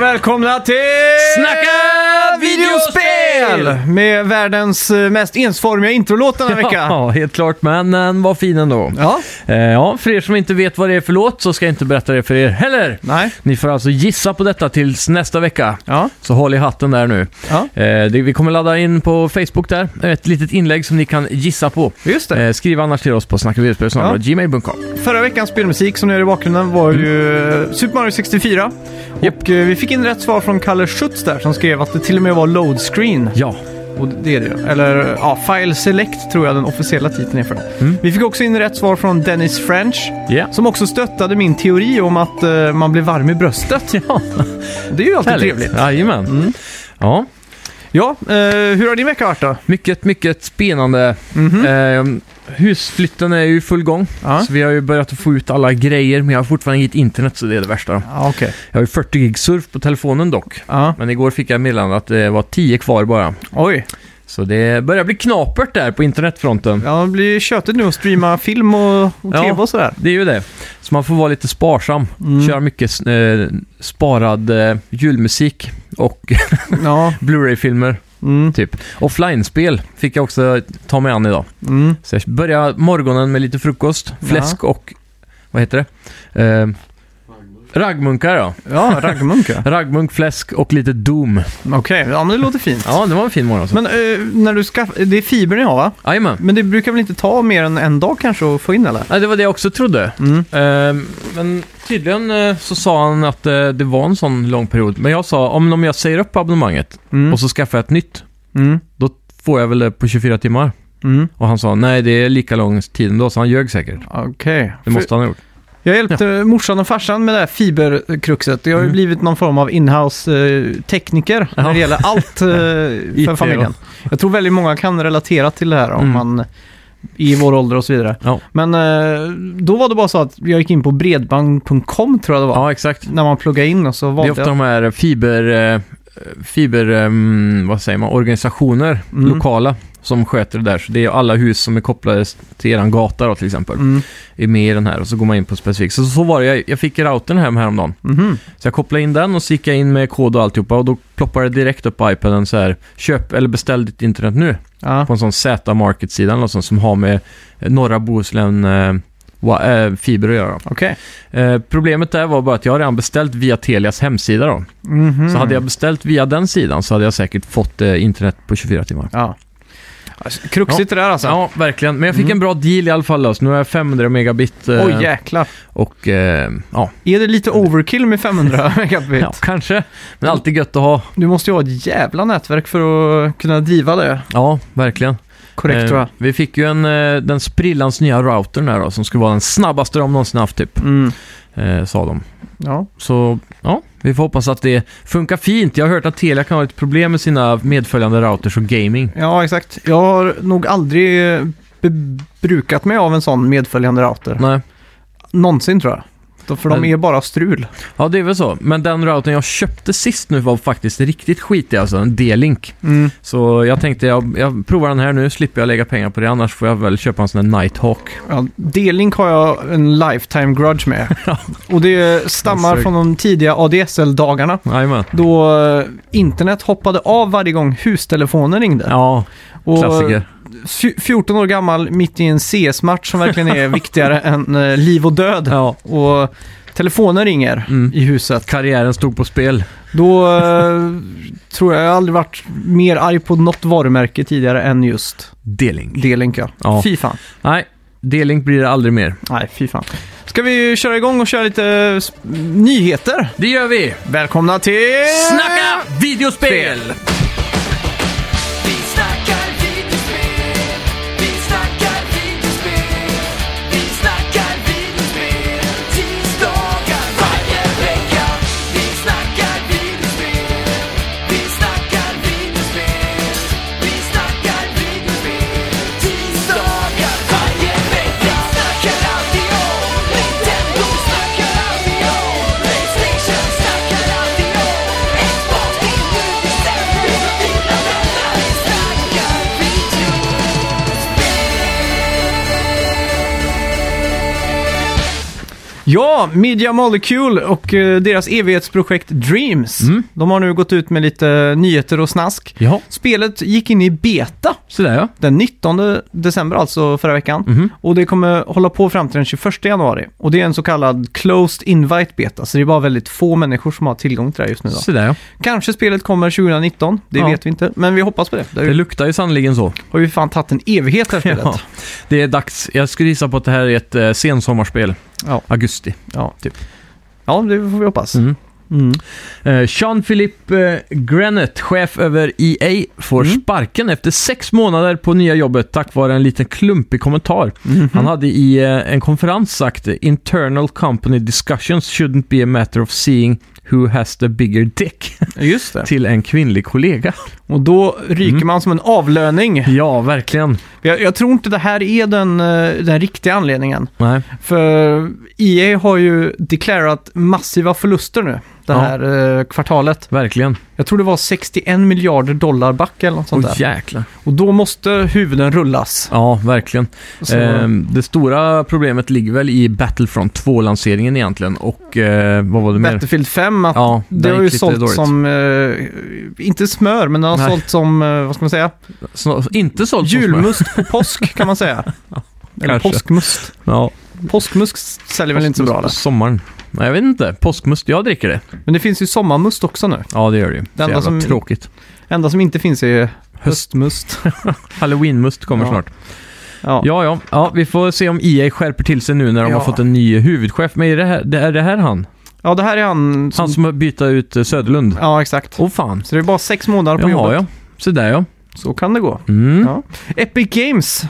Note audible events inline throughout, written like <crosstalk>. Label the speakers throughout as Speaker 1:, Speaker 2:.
Speaker 1: välkomna till...
Speaker 2: Snacka videospel!
Speaker 1: Med världens eh, mest ensformiga introlåt den här veckan.
Speaker 2: Ja, helt klart, men den var fin ändå.
Speaker 1: Ja,
Speaker 2: Eh, ja, för er som inte vet vad det är för låt så ska jag inte berätta det för er heller.
Speaker 1: nej.
Speaker 2: Ni får alltså gissa på detta tills nästa vecka.
Speaker 1: Ja,
Speaker 2: Så håll i hatten där nu.
Speaker 1: ja.
Speaker 2: Eh, det, vi kommer ladda in på Facebook där, ett litet inlägg som ni kan gissa på.
Speaker 1: Just det.
Speaker 2: Eh, skriv annars till oss på snackavideospel.gmail.com.
Speaker 1: Förra veckans spelmusik som ni hör i bakgrunden var ju eh, Super Mario 64. Och eh, vi fick in rätt svar från Kalle Schütz där som skrev att det till och med var load screen.
Speaker 2: Ja,
Speaker 1: Och det är det ju. Eller ja, file select tror jag den officiella titeln är för det.
Speaker 2: Mm.
Speaker 1: Vi fick också in rätt svar från Dennis French.
Speaker 2: Ja.
Speaker 1: Som också stöttade min teori om att eh, man blir varm i bröstet.
Speaker 2: ja.
Speaker 1: Det är ju alltid
Speaker 2: härligt.
Speaker 1: trevligt. Mm.
Speaker 2: Jajamän. Ja,
Speaker 1: Ja, eh, hur har din vecka varit då? Mhm.
Speaker 2: mycket, mycket spännande.
Speaker 1: Mm.
Speaker 2: Eh, husflytten är ju i full gång.
Speaker 1: Ja,
Speaker 2: Så vi har ju börjat att få ut alla grejer, men jag har fortfarande inget internet så det är det värsta. då.
Speaker 1: ja okej.
Speaker 2: Jag har ju 40 gig surf på telefonen dock.
Speaker 1: Ja.
Speaker 2: Men igår fick jag meddelande att det var 10 kvar bara.
Speaker 1: Oj,
Speaker 2: Så det börjar bli knapert där på internetfronten.
Speaker 1: ja, det blir tjötigt nu att streama film och, och tv och sådär.
Speaker 2: Det är ju det. Så man får vara lite sparsam.
Speaker 1: Mm.
Speaker 2: Köra mycket eh, sparad eh, julmusik och <laughs>
Speaker 1: Ja,
Speaker 2: Blu-ray-filmer,
Speaker 1: mm,
Speaker 2: typ. Offline-spel fick jag också ta mig an idag.
Speaker 1: mm.
Speaker 2: Så jag börjar morgonen med lite frukost, fläsk och... Vad heter det? Eh, raggmunkar, ja.
Speaker 1: ja raggmunk ja.
Speaker 2: Raggmunk, fläsk och lite Doom.
Speaker 1: <laughs> Okej, ja men det låter fint.
Speaker 2: Ja, det var en fin morgon. Alltså.
Speaker 1: Men eh, när du ska, det är fiber ni har va?
Speaker 2: Jajamän.
Speaker 1: Men det brukar väl inte ta mer än en dag kanske att få in eller?
Speaker 2: Ja, det var det jag också trodde.
Speaker 1: Mm.
Speaker 2: Ehm, men tydligen eh, så sa han att eh, det var en sån lång period. Men jag sa, om, om jag säger upp abonnemanget
Speaker 1: Mm.
Speaker 2: och så skaffar jag ett nytt,
Speaker 1: Mm.
Speaker 2: då får jag väl det på 24 timmar.
Speaker 1: Mm.
Speaker 2: Och han sa, nej det är lika lång tid ändå, så han ljög säkert.
Speaker 1: Okej.
Speaker 2: Det måste han ha gjort.
Speaker 1: Jag hjälpte morsan och farsan med det här fiberkruxet. Jag har ju
Speaker 2: Mm.
Speaker 1: blivit någon form av inhouse eh, tekniker när
Speaker 2: Ja.
Speaker 1: det gäller
Speaker 2: <laughs>
Speaker 1: allt eh,
Speaker 2: IT,
Speaker 1: för
Speaker 2: ja.
Speaker 1: familjen. Jag tror väldigt många kan relatera till det här om
Speaker 2: Mm.
Speaker 1: man i vår ålder och så vidare.
Speaker 2: Ja.
Speaker 1: Men eh, då var det bara så att jag gick in på bredband.com tror jag det var.
Speaker 2: Ja, exakt.
Speaker 1: När man pluggade in och så
Speaker 2: Det är
Speaker 1: valde
Speaker 2: ofta
Speaker 1: jag.
Speaker 2: de här fiber... eh, Fiber... ehm, Vad säger man? Organisationer,
Speaker 1: Mm.
Speaker 2: lokala, som sköter det där. Så det är alla hus som är kopplade till eran gata då till exempel.
Speaker 1: Mm.
Speaker 2: är med i den här och så går man in på specifikt. Så, så var det, jag, jag fick routern hem häromdagen.
Speaker 1: Mhm.
Speaker 2: Så jag kopplade in den och så gick jag in med kod och alltihopa och då ploppade det direkt upp på iPaden så här, köp eller beställ ditt internet nu.
Speaker 1: Ja.
Speaker 2: På en sån Z-market-sida eller något sånt som har med eh, norra Bohuslän eh, wa- eh, fiber att göra.
Speaker 1: Okej.
Speaker 2: Eh, problemet där var bara att jag har redan beställt via Telias hemsida då.
Speaker 1: Mhm.
Speaker 2: Så hade jag beställt via den sidan så hade jag säkert fått eh, internet på 24 timmar.
Speaker 1: Ja. Alltså, Kruxigt det där alltså.
Speaker 2: Ja, verkligen. Men jag fick
Speaker 1: Mm.
Speaker 2: en bra deal i alla fall. då. Så nu har jag 500 megabit eh,
Speaker 1: Oj jäklar.
Speaker 2: och eh, ja,
Speaker 1: Är det lite overkill med 500 <laughs> megabit?
Speaker 2: Ja, kanske. Men alltid gött att ha.
Speaker 1: Du måste ju ha ett jävla nätverk för att kunna driva det
Speaker 2: Ja, verkligen.
Speaker 1: korrekt
Speaker 2: Eh,
Speaker 1: tror jag.
Speaker 2: Vi fick ju en, eh, den sprillans nya routern här då, som skulle vara den snabbaste de någonsin haft typ,
Speaker 1: Mm.
Speaker 2: eh, sa de.
Speaker 1: Ja.
Speaker 2: Så ja, vi får hoppas att det funkar fint. Jag har hört att Telia kan ha ett problem med sina medföljande routers och gaming.
Speaker 1: ja, exakt. Jag har nog aldrig eh, be- brukat mig av en sån medföljande router.
Speaker 2: Nej.
Speaker 1: Någonsin tror jag. Då- För de
Speaker 2: Men-
Speaker 1: är bara strul.
Speaker 2: Ja, det är väl så. Men den routern jag köpte sist nu var faktiskt riktigt skitig alltså, en D-Link.
Speaker 1: Mm.
Speaker 2: Så jag tänkte, jag, jag provar den här nu, slipper jag lägga pengar på det, annars får jag väl köpa en sån här Nighthawk.
Speaker 1: Ja, D-Link har jag en lifetime grudge
Speaker 2: <laughs>
Speaker 1: med. Och det stammar
Speaker 2: Alltså-
Speaker 1: från de tidiga ADSL-dagarna.
Speaker 2: Jajamän.
Speaker 1: Då eh, internet hoppade av varje gång hustelefonen ringde.
Speaker 2: Ja,
Speaker 1: Och
Speaker 2: klassiker.
Speaker 1: fj- 14 år gammal, mitt i en CS-match som verkligen
Speaker 2: <laughs>
Speaker 1: är viktigare än eh, liv och död.
Speaker 2: Ja.
Speaker 1: och telefonen ringer
Speaker 2: Mm.
Speaker 1: i huset.
Speaker 2: Karriären stod på spel.
Speaker 1: Då eh, tror jag jag aldrig varit mer arg på något varumärke tidigare än just
Speaker 2: Deling.
Speaker 1: D-Link. Ja.
Speaker 2: Ja.
Speaker 1: Fy fan.
Speaker 2: Nej, D-Link blir det aldrig mer.
Speaker 1: Nej, fy fan. Ska vi köra igång och köra lite eh, s- nyheter?
Speaker 2: Det gör vi!
Speaker 1: Välkomna till...
Speaker 2: Snacka videospel!
Speaker 3: Vi snackar videospel, vi snackar videospel, vi snackar videospel tisdagar varje vecka. Vi snackar videospel, vi snackar videospel, vi snackar videospel tisdagar varje vecka. Snackar alltid om Nintendo, snackar alltid om Playstation, snackar alltid om Xbox, det är nu vi sänder. Vi snackar
Speaker 1: Ja, Media Molecule och eh, deras evighetsprojekt Dreams.
Speaker 2: Mm.
Speaker 1: De har nu gått ut med lite eh, nyheter och snask.
Speaker 2: Ja,
Speaker 1: Spelet gick in i beta
Speaker 2: sådär ja.
Speaker 1: den 19 december, alltså förra veckan.
Speaker 2: Mhm.
Speaker 1: Och det kommer hålla på fram till den 21 januari. Och det är en så kallad closed invite beta, så det är bara väldigt få människor som har tillgång till det här just nu. Då.
Speaker 2: Sådär ja.
Speaker 1: Kanske spelet kommer 2019, det
Speaker 2: Ja.
Speaker 1: vet vi inte. Men vi hoppas på det. Det
Speaker 2: Det luktar ju sannerligen så.
Speaker 1: har ju fan tagit en evighet det här spelet.
Speaker 2: Ja. Det är dags. Jag skulle gissa på att det här är ett eh, sensommarspel.
Speaker 1: Ja.
Speaker 2: Augusti.
Speaker 1: Ja, typ. Ja, det får vi hoppas.
Speaker 2: Mm.
Speaker 1: Mm.
Speaker 2: Eh, Jean-Philippe eh, Granett, chef över EA, får
Speaker 1: Mm.
Speaker 2: sparken efter sex månader på nya jobbet tack vare en liten klumpig kommentar. Han hade i eh, en konferens sagt “Internal company discussions shouldn't be a matter of seeing who has the bigger dick”
Speaker 1: Mm-hmm. Just det.
Speaker 2: till en
Speaker 1: <laughs>
Speaker 2: kvinnlig kollega.
Speaker 1: Och då ryker
Speaker 2: Mm.
Speaker 1: man som en avlöning.
Speaker 2: Ja, verkligen.
Speaker 1: Jag, jag tror inte det här är den, eh, den riktiga anledningen.
Speaker 2: Nej.
Speaker 1: För EA har ju deklarat massiva förluster nu det
Speaker 2: Ja.
Speaker 1: här eh, kvartalet.
Speaker 2: Verkligen.
Speaker 1: Jag tror det var 61 miljarder dollar back eller något sånt
Speaker 2: Åh,
Speaker 1: där.
Speaker 2: jäklar.
Speaker 1: Och då måste huvuden rullas. Eh,
Speaker 2: Ja, verkligen.
Speaker 1: Så,
Speaker 2: Ehm, det stora problemet ligger väl i Battlefront 2-lanseringen egentligen och eh, vad var det mer?
Speaker 1: Battlefield 5, att
Speaker 2: Ja,
Speaker 1: det
Speaker 2: den
Speaker 1: har ju
Speaker 2: gick lite
Speaker 1: sålt
Speaker 2: dåligt.
Speaker 1: som, eh, inte smör, men det har
Speaker 2: Nej.
Speaker 1: sålt som, eh, vad ska man säga,
Speaker 2: Så, inte sålt som smör.
Speaker 1: julmust på påsk kan man
Speaker 2: <laughs>
Speaker 1: säga. Eller
Speaker 2: kanske.
Speaker 1: påskmust.
Speaker 2: Ja,
Speaker 1: Påskmust säljer väl inte så bra
Speaker 2: Påskmust på
Speaker 1: eller?
Speaker 2: Sommaren. Nej, jag vet inte. Påskmust, jag dricker det.
Speaker 1: Men det finns ju sommarmust också nu.
Speaker 2: Ja, det gör det ju. Det
Speaker 1: enda
Speaker 2: är
Speaker 1: som-
Speaker 2: som... tråkigt.
Speaker 1: enda som inte finns är ju
Speaker 2: <laughs>
Speaker 1: höstmust.
Speaker 2: Halloweenmust kommer
Speaker 1: Ja.
Speaker 2: snart.
Speaker 1: Ja.
Speaker 2: Ja, ja, ja. Vi får se om EA skärper till sig nu när de
Speaker 1: Ja.
Speaker 2: har fått en ny huvudchef. Men är det här, det, är det här han?
Speaker 1: ja, det här är han som...
Speaker 2: Han som har bytt ut eh, Söderlund? Åh
Speaker 1: Ja, exakt.
Speaker 2: fan.
Speaker 1: Så det är bara sex månader på
Speaker 2: Jaha,
Speaker 1: jobbet.
Speaker 2: ja. Så där ja.
Speaker 1: Så kan det gå.
Speaker 2: Mm.
Speaker 1: Ja. Epic Games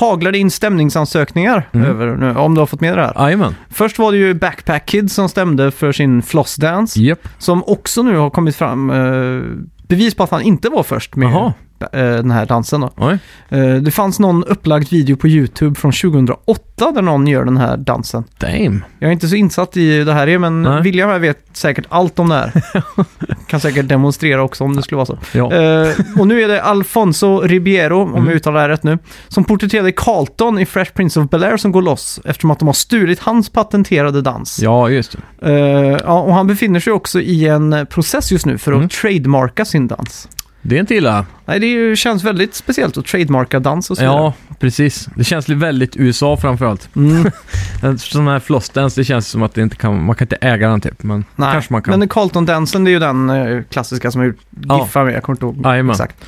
Speaker 1: haglade in stämningsansökningar
Speaker 2: Mm.
Speaker 1: över nu, om du har fått med det här.
Speaker 2: Jajamän.
Speaker 1: Först var det ju Backpack Kid som stämde för sin flossdance,
Speaker 2: Japp.
Speaker 1: som också nu har kommit fram eh, bevis på att han inte var först med
Speaker 2: Jaha.
Speaker 1: eh, den här dansen. Då.
Speaker 2: Oj.
Speaker 1: Eh, det fanns någon upplagd video på YouTube från 2008 där någon gör den här dansen.
Speaker 2: Damn.
Speaker 1: Jag är inte så insatt i det här är, men
Speaker 2: Nej.
Speaker 1: William här vet säkert allt om det
Speaker 2: <laughs>
Speaker 1: här. kan säkert demonstrera också om det skulle vara så.
Speaker 2: Ja. Mm.
Speaker 1: Eh, och nu är det Alfonso Ribeiro, om jag uttalar det här rätt nu, som porträtterade Carlton i Fresh Prince of Bel-Air som går loss eftersom att de har stulit hans patenterade dans.
Speaker 2: ja, just det.
Speaker 1: Eh, ja, och han befinner sig också i en process just nu för att
Speaker 2: Mm.
Speaker 1: trademarka sin dans.
Speaker 2: Det är inte illa.
Speaker 1: Nej, det är ju, känns väldigt speciellt att trademarka dans och så vidare.
Speaker 2: Ja, precis. Det känns lite väldigt USA framförallt.
Speaker 1: Mm,
Speaker 2: <laughs> En sån här flossdance, det känns som att det inte kan, man kan inte äga den typ. Men
Speaker 1: nej.
Speaker 2: kanske man kan.
Speaker 1: Men Carlton-dansen, det är ju den eh, klassiska som jag gjort
Speaker 2: Ja.
Speaker 1: giffar med, jag kommer inte ihåg
Speaker 2: Jajamän.
Speaker 1: exakt.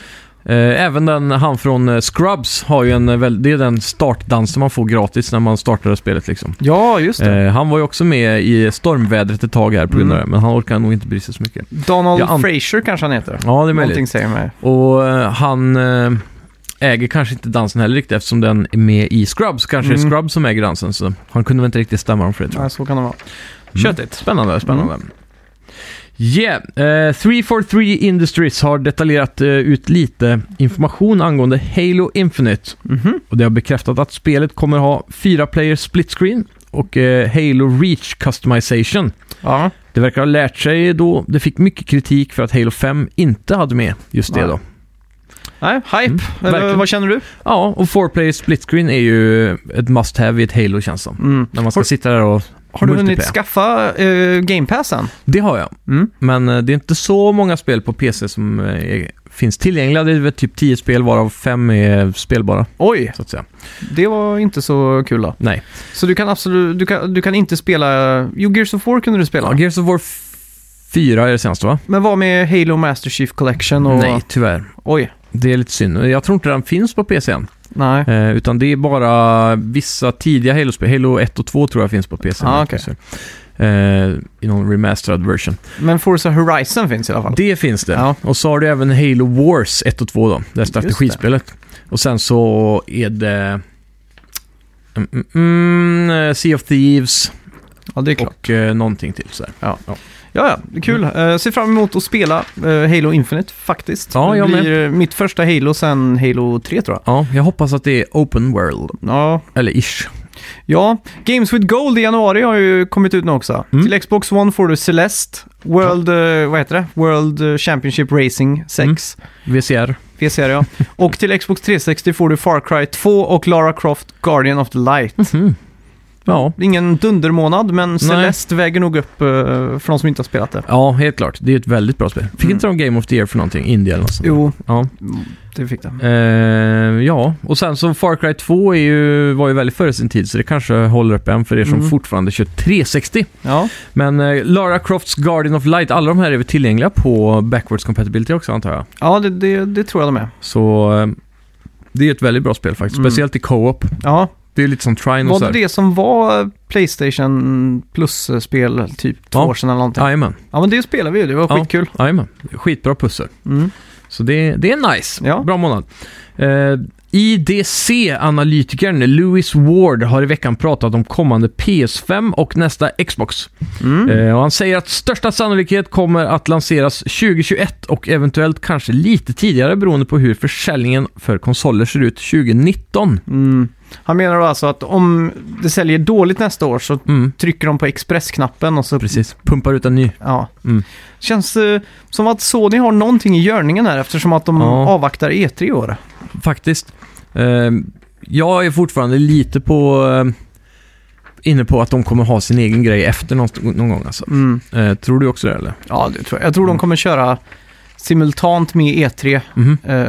Speaker 2: Eh, även den, han från eh, Scrubs har ju en, eh, väl, det är den startdansen man får gratis när man startar spelet liksom.
Speaker 1: Ja, just det.
Speaker 2: Eh, han var ju också med i stormvädret ett tag här på grund av
Speaker 1: Mm.
Speaker 2: det, men han orkar nog inte bry sig så mycket.
Speaker 1: Donald
Speaker 2: jag an-
Speaker 1: Fraser kanske han heter.
Speaker 2: Ja, det är möjligt.
Speaker 1: Någonting säger mig.
Speaker 2: Och eh, han eh, äger kanske inte dansen heller riktigt eftersom den är med i Scrubs. Kanske är
Speaker 1: Mm.
Speaker 2: det Scrubs som äger dansen, så han kunde väl inte riktigt stämma dem för det tror jag.
Speaker 1: Nej, så kan det vara. Mm.
Speaker 2: Köttigt. Spännande, spännande. Yeah, eh, 343 Industries har detaljerat eh, ut lite information angående Halo Infinite.
Speaker 1: Mhm.
Speaker 2: Och det har bekräftat att spelet kommer ha fyra player split screen och eh, Halo Reach customization.
Speaker 1: Ja.
Speaker 2: Det verkar ha lärt sig då, det fick mycket kritik för att Halo 5 inte hade med just det
Speaker 1: Nej.
Speaker 2: då.
Speaker 1: Nej, hype.
Speaker 2: Mm,
Speaker 1: Eller,
Speaker 2: verkligen.
Speaker 1: vad känner du?
Speaker 2: Ja, och four player split screen är ju ett must have i ett Halo känns som. Mm, När man ska
Speaker 1: Har-
Speaker 2: sitta där och
Speaker 1: Har du hunnit
Speaker 2: multiplaya.
Speaker 1: skaffa uh, Game Pass än?
Speaker 2: Det har jag.
Speaker 1: Mm.
Speaker 2: Men eh, det är inte så många spel på PC som eh, är, finns tillgängliga. Det är väl typ 10 spel varav 5 är spelbara,
Speaker 1: Oj,
Speaker 2: så att säga.
Speaker 1: det var inte så kul då.
Speaker 2: Nej.
Speaker 1: Så du kan absolut, du kan, du kan inte spela, jo Gears of War kunde du spela.
Speaker 2: Ja, Gears of War 4 är det senaste va?
Speaker 1: Men vad med Halo Master Chief Collection och...
Speaker 2: Nej, tyvärr.
Speaker 1: Oj,
Speaker 2: Det är lite synd. Jag tror inte den finns på PC än.
Speaker 1: nej.
Speaker 2: Eh, utan det är bara vissa tidiga Halo-spel. Halo 1 och 2 tror jag finns på PC.
Speaker 1: Ah, okej.
Speaker 2: Eh, I någon remasterad version.
Speaker 1: Men Forza Horizon finns i alla fall.
Speaker 2: Det finns det.
Speaker 1: Ja.
Speaker 2: Och så har du även Halo Wars 1 och 2 då, det här strategispelet. Och sen så är det... Mm, mm, mm, eh, sea of Thieves
Speaker 1: Ja, det är klart.
Speaker 2: och Mm. eh, någonting till sådär.
Speaker 1: Ja, ja, det är kul. Eh, ser fram emot att spela eh, Halo Infinite faktiskt.
Speaker 2: Ja, jag
Speaker 1: det
Speaker 2: med.
Speaker 1: blir eh, mitt första Halo sen Halo 3 tror jag.
Speaker 2: Ja, jag hoppas att det är Open World.
Speaker 1: Ja,
Speaker 2: Eller ish.
Speaker 1: ja. Games with Gold i januari har ju kommit ut nu också.
Speaker 2: Mm.
Speaker 1: Till Xbox One får du Celeste, World, eh, vad heter det? World eh, Championship Racing 6.
Speaker 2: Mm. VCR.
Speaker 1: PC är det, ja.
Speaker 2: <laughs>
Speaker 1: Och till Xbox 360 får du Far Cry 2 och Lara Croft Guardian of the Light.
Speaker 2: Mhm. Ja.
Speaker 1: Ingen dundermånad, men Celeste väger nog upp eh, för de som inte har spelat det.
Speaker 2: ja, helt klart. Det är ett väldigt bra spel. Fick
Speaker 1: Mm.
Speaker 2: inte de Game of the Year för någonting? Indie eller något sånt?
Speaker 1: Jo,
Speaker 2: Ja.
Speaker 1: det fick det.
Speaker 2: Eh, ja, och sen så Far Cry 2 är ju, var ju väldigt före sin tid så det kanske håller upp än för er som
Speaker 1: Mm.
Speaker 2: fortfarande kör 360.
Speaker 1: Ja,
Speaker 2: Men eh, Lara Crofts Guardian of Light, alla de här är väl tillgängliga på Backwards Compatibility också antar jag.
Speaker 1: ja det, det, det tror jag de är.
Speaker 2: Så eh, det är ett väldigt bra spel faktiskt,
Speaker 1: Mm.
Speaker 2: speciellt i co-op.
Speaker 1: Ja,
Speaker 2: Det är lite som Trine och
Speaker 1: var det
Speaker 2: sådär.
Speaker 1: det som var Playstation Plus-spel typ två
Speaker 2: Ja.
Speaker 1: år sedan eller någonting?
Speaker 2: Jajamän,
Speaker 1: Ja, men det spelade vi ju. Det var
Speaker 2: Ja.
Speaker 1: skitkul.
Speaker 2: jajamän. Skitbra pussel.
Speaker 1: Mm.
Speaker 2: Så det, det är nice.
Speaker 1: Ja.
Speaker 2: Bra månad. Eh, IDC-analytikern Lewis Ward har i veckan pratat om kommande PS5 och nästa Xbox.
Speaker 1: Mm.
Speaker 2: Eh, och han säger att största sannolikhet kommer att lanseras 2021 och eventuellt kanske lite tidigare beroende på hur försäljningen för konsoler ser ut 2019.
Speaker 1: Mm. Han menar då alltså att om det säljer dåligt nästa år så
Speaker 2: Mm,
Speaker 1: trycker de på expressknappen och så...
Speaker 2: precis. Pumpar ut en ny.
Speaker 1: Ja.
Speaker 2: Mm.
Speaker 1: Känns eh, som att Sony har någonting i görningen här eftersom att de
Speaker 2: Ja.
Speaker 1: avvaktar E3 i år.
Speaker 2: Faktiskt. Eh, jag är fortfarande lite på... Eh, inne på att de kommer ha sin egen grej efter någon, någon gång alltså.
Speaker 1: Mm.
Speaker 2: Eh, tror du också det eller?
Speaker 1: Ja, det tror jag. jag tror
Speaker 2: Mm.
Speaker 1: de kommer köra simultant med E3.
Speaker 2: Mhm.
Speaker 1: eh,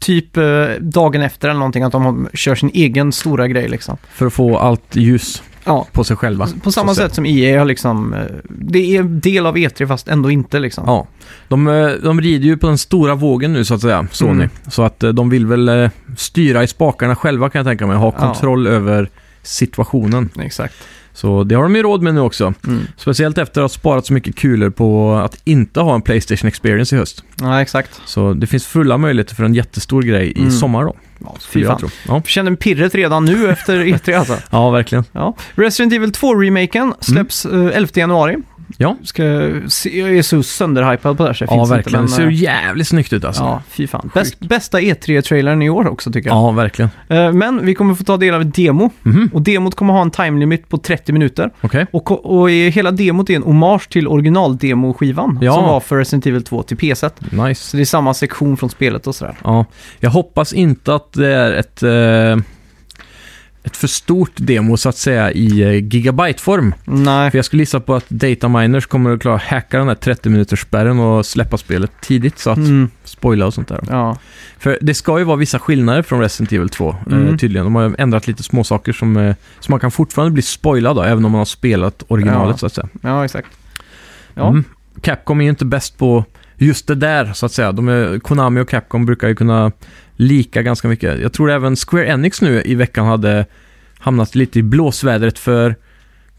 Speaker 1: typ eh, dagen efter eller någonting. Att de har- kör sin egen stora grej liksom.
Speaker 2: För att få allt ljus
Speaker 1: Ja.
Speaker 2: på sig själva.
Speaker 1: På samma
Speaker 2: så att
Speaker 1: sätt som EA har liksom, eh, det är del av E3 fast ändå inte liksom.
Speaker 2: Ja. De, eh, de rider ju på den stora vågen nu så att säga, Sony.
Speaker 1: Mm.
Speaker 2: Så att eh, de vill väl eh, styra i spakarna själva kan jag tänka mig. Ha
Speaker 1: Ja.
Speaker 2: kontroll över situationen.
Speaker 1: Exakt.
Speaker 2: Så det har de ju råd med nu också. Speciellt efter att ha sparat så mycket kulor på att inte ha en Playstation Experience i höst.
Speaker 1: Ja, exakt.
Speaker 2: Så det finns fulla möjligheter för en jättestor grej i
Speaker 1: Mm.
Speaker 2: sommar då.
Speaker 1: Ja,
Speaker 2: skulle
Speaker 1: fy
Speaker 2: jag
Speaker 1: fan.
Speaker 2: tro. Ja.
Speaker 1: Känner pirret redan nu efter
Speaker 2: <laughs>
Speaker 1: E3 alltså.
Speaker 2: ja, verkligen.
Speaker 1: Ja. Resident Evil 2-remaken släpps eh, 11 januari.
Speaker 2: Mm. Ja.
Speaker 1: Ska se, jag är så sönderhypad på det här så det
Speaker 2: Ja,
Speaker 1: finns
Speaker 2: verkligen. Det
Speaker 1: inte.
Speaker 2: ser
Speaker 1: Men,
Speaker 2: ju
Speaker 1: eh,
Speaker 2: jävligt snyggt ut alltså.
Speaker 1: ja, fy fan. Bäst, bästa E3-trailern i år också tycker jag.
Speaker 2: ja verkligen.
Speaker 1: Eh, men vi kommer få ta del av ett demo.
Speaker 2: Mhm,
Speaker 1: Och demot kommer ha en time limit på 30 minuter.
Speaker 2: Okej.
Speaker 1: Och, ko- och i- hela demot är en hommage till originaldemoskivan
Speaker 2: Ja.
Speaker 1: som var för Resident Evil 2 till PS1.
Speaker 2: Nice.
Speaker 1: Så det är samma sektion från spelet och sådär.
Speaker 2: Ja, jag hoppas inte att det är ett, eh, ett för stort demo så att säga i eh, gigabyte-form.
Speaker 1: Nej,
Speaker 2: För jag skulle gissa på att dataminers kommer att klara att hacka den här 30-minuters-spärren och släppa spelet tidigt så att
Speaker 1: mm,
Speaker 2: spoila och sånt där.
Speaker 1: ja.
Speaker 2: För det ska ju vara vissa skillnader från Resident Evil 2 eh,
Speaker 1: Mm.
Speaker 2: tydligen. De har ju ändrat lite små saker som, eh, som man kan fortfarande bli spoilad av även om man har spelat originalet
Speaker 1: Ja.
Speaker 2: så att säga.
Speaker 1: ja, exakt. Ja.
Speaker 2: Mm. Capcom är ju inte bäst på just det där, så att säga. De är, Konami och Capcom brukar ju kunna lika ganska mycket. Jag tror även Square Enix nu i veckan hade hamnat lite i blåsvädret för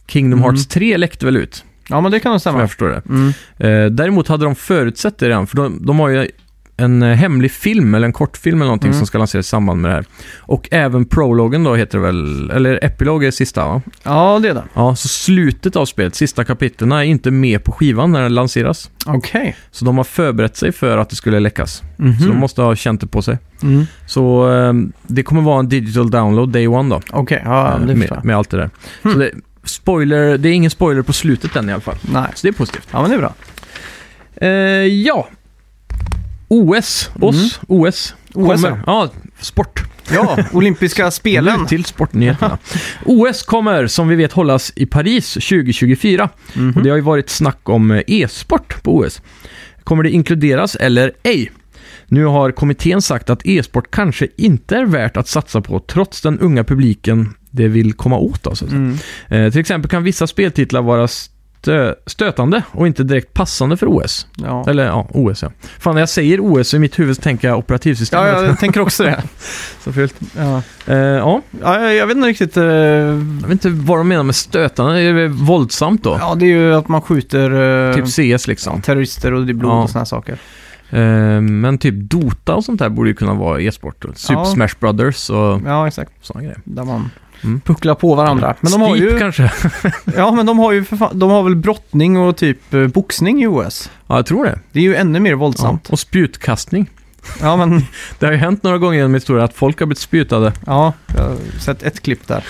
Speaker 2: Kingdom
Speaker 1: Mm.
Speaker 2: Hearts 3 läckte väl ut,
Speaker 1: ja, men det kan nog
Speaker 2: som
Speaker 1: stämma.
Speaker 2: jag förstår det.
Speaker 1: Mm.
Speaker 2: Eh, däremot hade de förutsett det redan, för de, de har ju en eh, hemlig film, eller en kortfilm eller någonting,
Speaker 1: Mm.
Speaker 2: som ska lanseras i samband med det här. Och även prologen då heter det väl, eller epilog är sista va?
Speaker 1: Ja, det är det.
Speaker 2: Ja, så slutet av spelet, sista kapitlen, är inte med på skivan när den lanseras.
Speaker 1: Okej.
Speaker 2: Så de har förberett sig för att det skulle läckas. Så
Speaker 1: Mhm.
Speaker 2: de måste ha känt det på sig.
Speaker 1: Mm.
Speaker 2: Så eh, det kommer vara en digital download day one då.
Speaker 1: Okej, ja,
Speaker 2: eh,
Speaker 1: det förstår
Speaker 2: med,
Speaker 1: jag.
Speaker 2: med allt det där.
Speaker 1: Hmm.
Speaker 2: Så det, spoiler, det är ingen spoiler på slutet än i alla fall.
Speaker 1: Nej.
Speaker 2: Så det är positivt.
Speaker 1: Ja, men det är bra.
Speaker 2: Eh, ja. OS. Oss.
Speaker 1: Mhm.
Speaker 2: OS.
Speaker 1: OS,
Speaker 2: kommer. Ja, sport.
Speaker 1: Ja,
Speaker 2: <laughs>
Speaker 1: olympiska spelen.
Speaker 2: Nu
Speaker 1: <laughs>
Speaker 2: till sportnyheterna. OS kommer, som vi vet, hållas i Paris 2024.
Speaker 1: Mhm.
Speaker 2: Och Mm.
Speaker 1: Mm.
Speaker 2: det har ju varit snack om eh, e-sport på OS. Kommer det inkluderas eller ej? Nu har kommittén sagt att e-sport kanske inte är värt att satsa på trots den unga publiken det vill komma åt. Alltså.
Speaker 1: Mm.
Speaker 2: Eh, till exempel kan vissa speltitlar vara stö- stötande och inte direkt passande för OS.
Speaker 1: Ja.
Speaker 2: Eller ja, OS ja. Fan, när jag säger OS så i mitt huvud så tänker jag operativsystem.
Speaker 1: ja, jag tänker också det.
Speaker 2: <laughs> Så fult.
Speaker 1: Ja.
Speaker 2: Eh, ja,
Speaker 1: Ja, jag- jag vet inte riktigt. eh,
Speaker 2: jag vet inte vad de menar med stötande. Är det våldsamt då?
Speaker 1: Ja, det är ju att man skjuter eh,
Speaker 2: Typ CS liksom.
Speaker 1: terrorister och det är blod
Speaker 2: Ja.
Speaker 1: och sådana saker.
Speaker 2: Eh, men typ Dota och sånt där borde ju kunna vara e-sport. Och Super
Speaker 1: Ja.
Speaker 2: Smash Brothers och
Speaker 1: Ja, exakt.
Speaker 2: sådana grejer.
Speaker 1: Där man
Speaker 2: Mm.
Speaker 1: pucklar på varandra. Men de har
Speaker 2: Steep
Speaker 1: ju,
Speaker 2: kanske?
Speaker 1: ja, men de har ju för fan, de har väl brottning och typ eh, boxning i OS.
Speaker 2: Ja, jag tror det.
Speaker 1: Det är ju ännu mer
Speaker 2: Ja.
Speaker 1: våldsamt.
Speaker 2: Och spjutkastning.
Speaker 1: Ja, men
Speaker 2: Det har ju hänt några gånger genom historien att folk har blivit spjutade.
Speaker 1: ja, jag har sett ett klipp <laughs> där.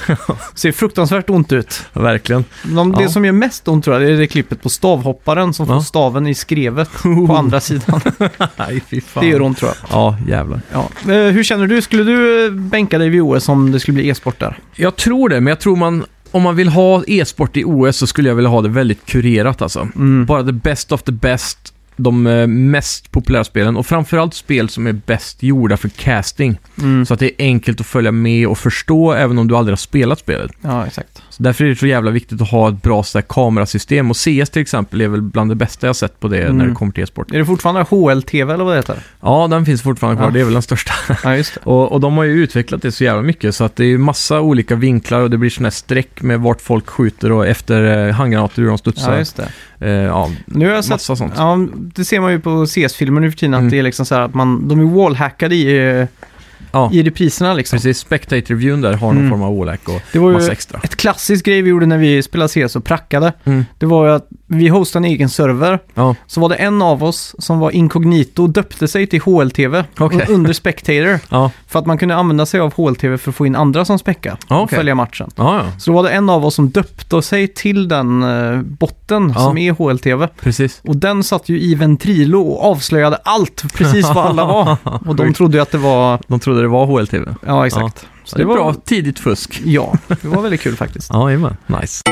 Speaker 1: Ser fruktansvärt ont ut.
Speaker 2: Verkligen.
Speaker 1: De,
Speaker 2: Ja.
Speaker 1: Det som gör mest ont tror jag, det är det klippet på stavhopparen som
Speaker 2: Ja.
Speaker 1: får staven i skrevet <laughs> på andra <laughs> sidan.
Speaker 2: Nej, fy fan.
Speaker 1: Det gör ont tror jag.
Speaker 2: Ja, jävlar.
Speaker 1: Ja. Eh, hur känner du? Skulle du eh, bänka dig vid OS om det skulle bli e-sport där?
Speaker 2: Jag tror det, men jag tror man om man vill ha e-sport i OS så skulle jag vilja ha det väldigt kurerat alltså.
Speaker 1: Mm.
Speaker 2: Bara the best of the best, de eh, mest populära spelen och framförallt spel som är bäst gjorda för casting.
Speaker 1: Mm.
Speaker 2: Så att det är enkelt att följa med och förstå även om du aldrig har spelat spelet.
Speaker 1: Ja, exakt.
Speaker 2: Så därför är det så jävla viktigt att ha ett bra så där, kamerasystem och CS till exempel är väl bland det bästa jag sett på det när
Speaker 1: Mm.
Speaker 2: det kommer till e-sport.
Speaker 1: Är det fortfarande HLTV eller vad det heter?
Speaker 2: Ja, den finns fortfarande kvar,
Speaker 1: Ja.
Speaker 2: det är väl den största. <laughs>
Speaker 1: Ja, just det.
Speaker 2: Och, och de har ju utvecklat det så jävla mycket så att det är ju massa olika vinklar och det blir såna här streck med vart folk skjuter och efter eh, handgranater hur de studsar.
Speaker 1: Ja,
Speaker 2: Ja,
Speaker 1: just det.
Speaker 2: eh, ja
Speaker 1: Nu har jag sett
Speaker 2: massa sånt.
Speaker 1: Ja, det ser man ju på CS-filmer nu för tiden,
Speaker 2: Mm.
Speaker 1: att det är liksom så här att man, de är wallhackade i, eh,
Speaker 2: Ja.
Speaker 1: i repriserna liksom.
Speaker 2: Precis, spectator-reviewn där har någon
Speaker 1: Mm. eh,
Speaker 2: form av OLAC och
Speaker 1: Det var
Speaker 2: massa
Speaker 1: ju
Speaker 2: extra.
Speaker 1: ett klassiskt grej vi gjorde när vi spelade CS och prackade.
Speaker 2: Mm.
Speaker 1: Det var ju att vi hostade en egen server,
Speaker 2: Ja.
Speaker 1: så var det en av oss som var inkognito och döpte sig till HLTV
Speaker 2: Okej.
Speaker 1: och under Spectator.
Speaker 2: Ja,
Speaker 1: För att man kunde använda sig av HLTV för att få in andra som späcka
Speaker 2: Ja,
Speaker 1: och
Speaker 2: Ah, okej.
Speaker 1: följa matchen.
Speaker 2: ja, ja.
Speaker 1: Så då var det en av oss som döpte sig till den eh, botten
Speaker 2: Ja.
Speaker 1: som är HLTV.
Speaker 2: precis.
Speaker 1: Och den satt ju i Ventrilo och avslöjade allt, precis vad alla
Speaker 2: <laughs>
Speaker 1: var. Och de
Speaker 2: Sjukt.
Speaker 1: trodde ju att det var,
Speaker 2: De trodde det var HLTV.
Speaker 1: ja exakt. Så
Speaker 2: det är
Speaker 1: var,
Speaker 2: bra tidigt fusk.
Speaker 1: Ja, det var väldigt kul faktiskt.
Speaker 2: Ja, jajamän. Nice.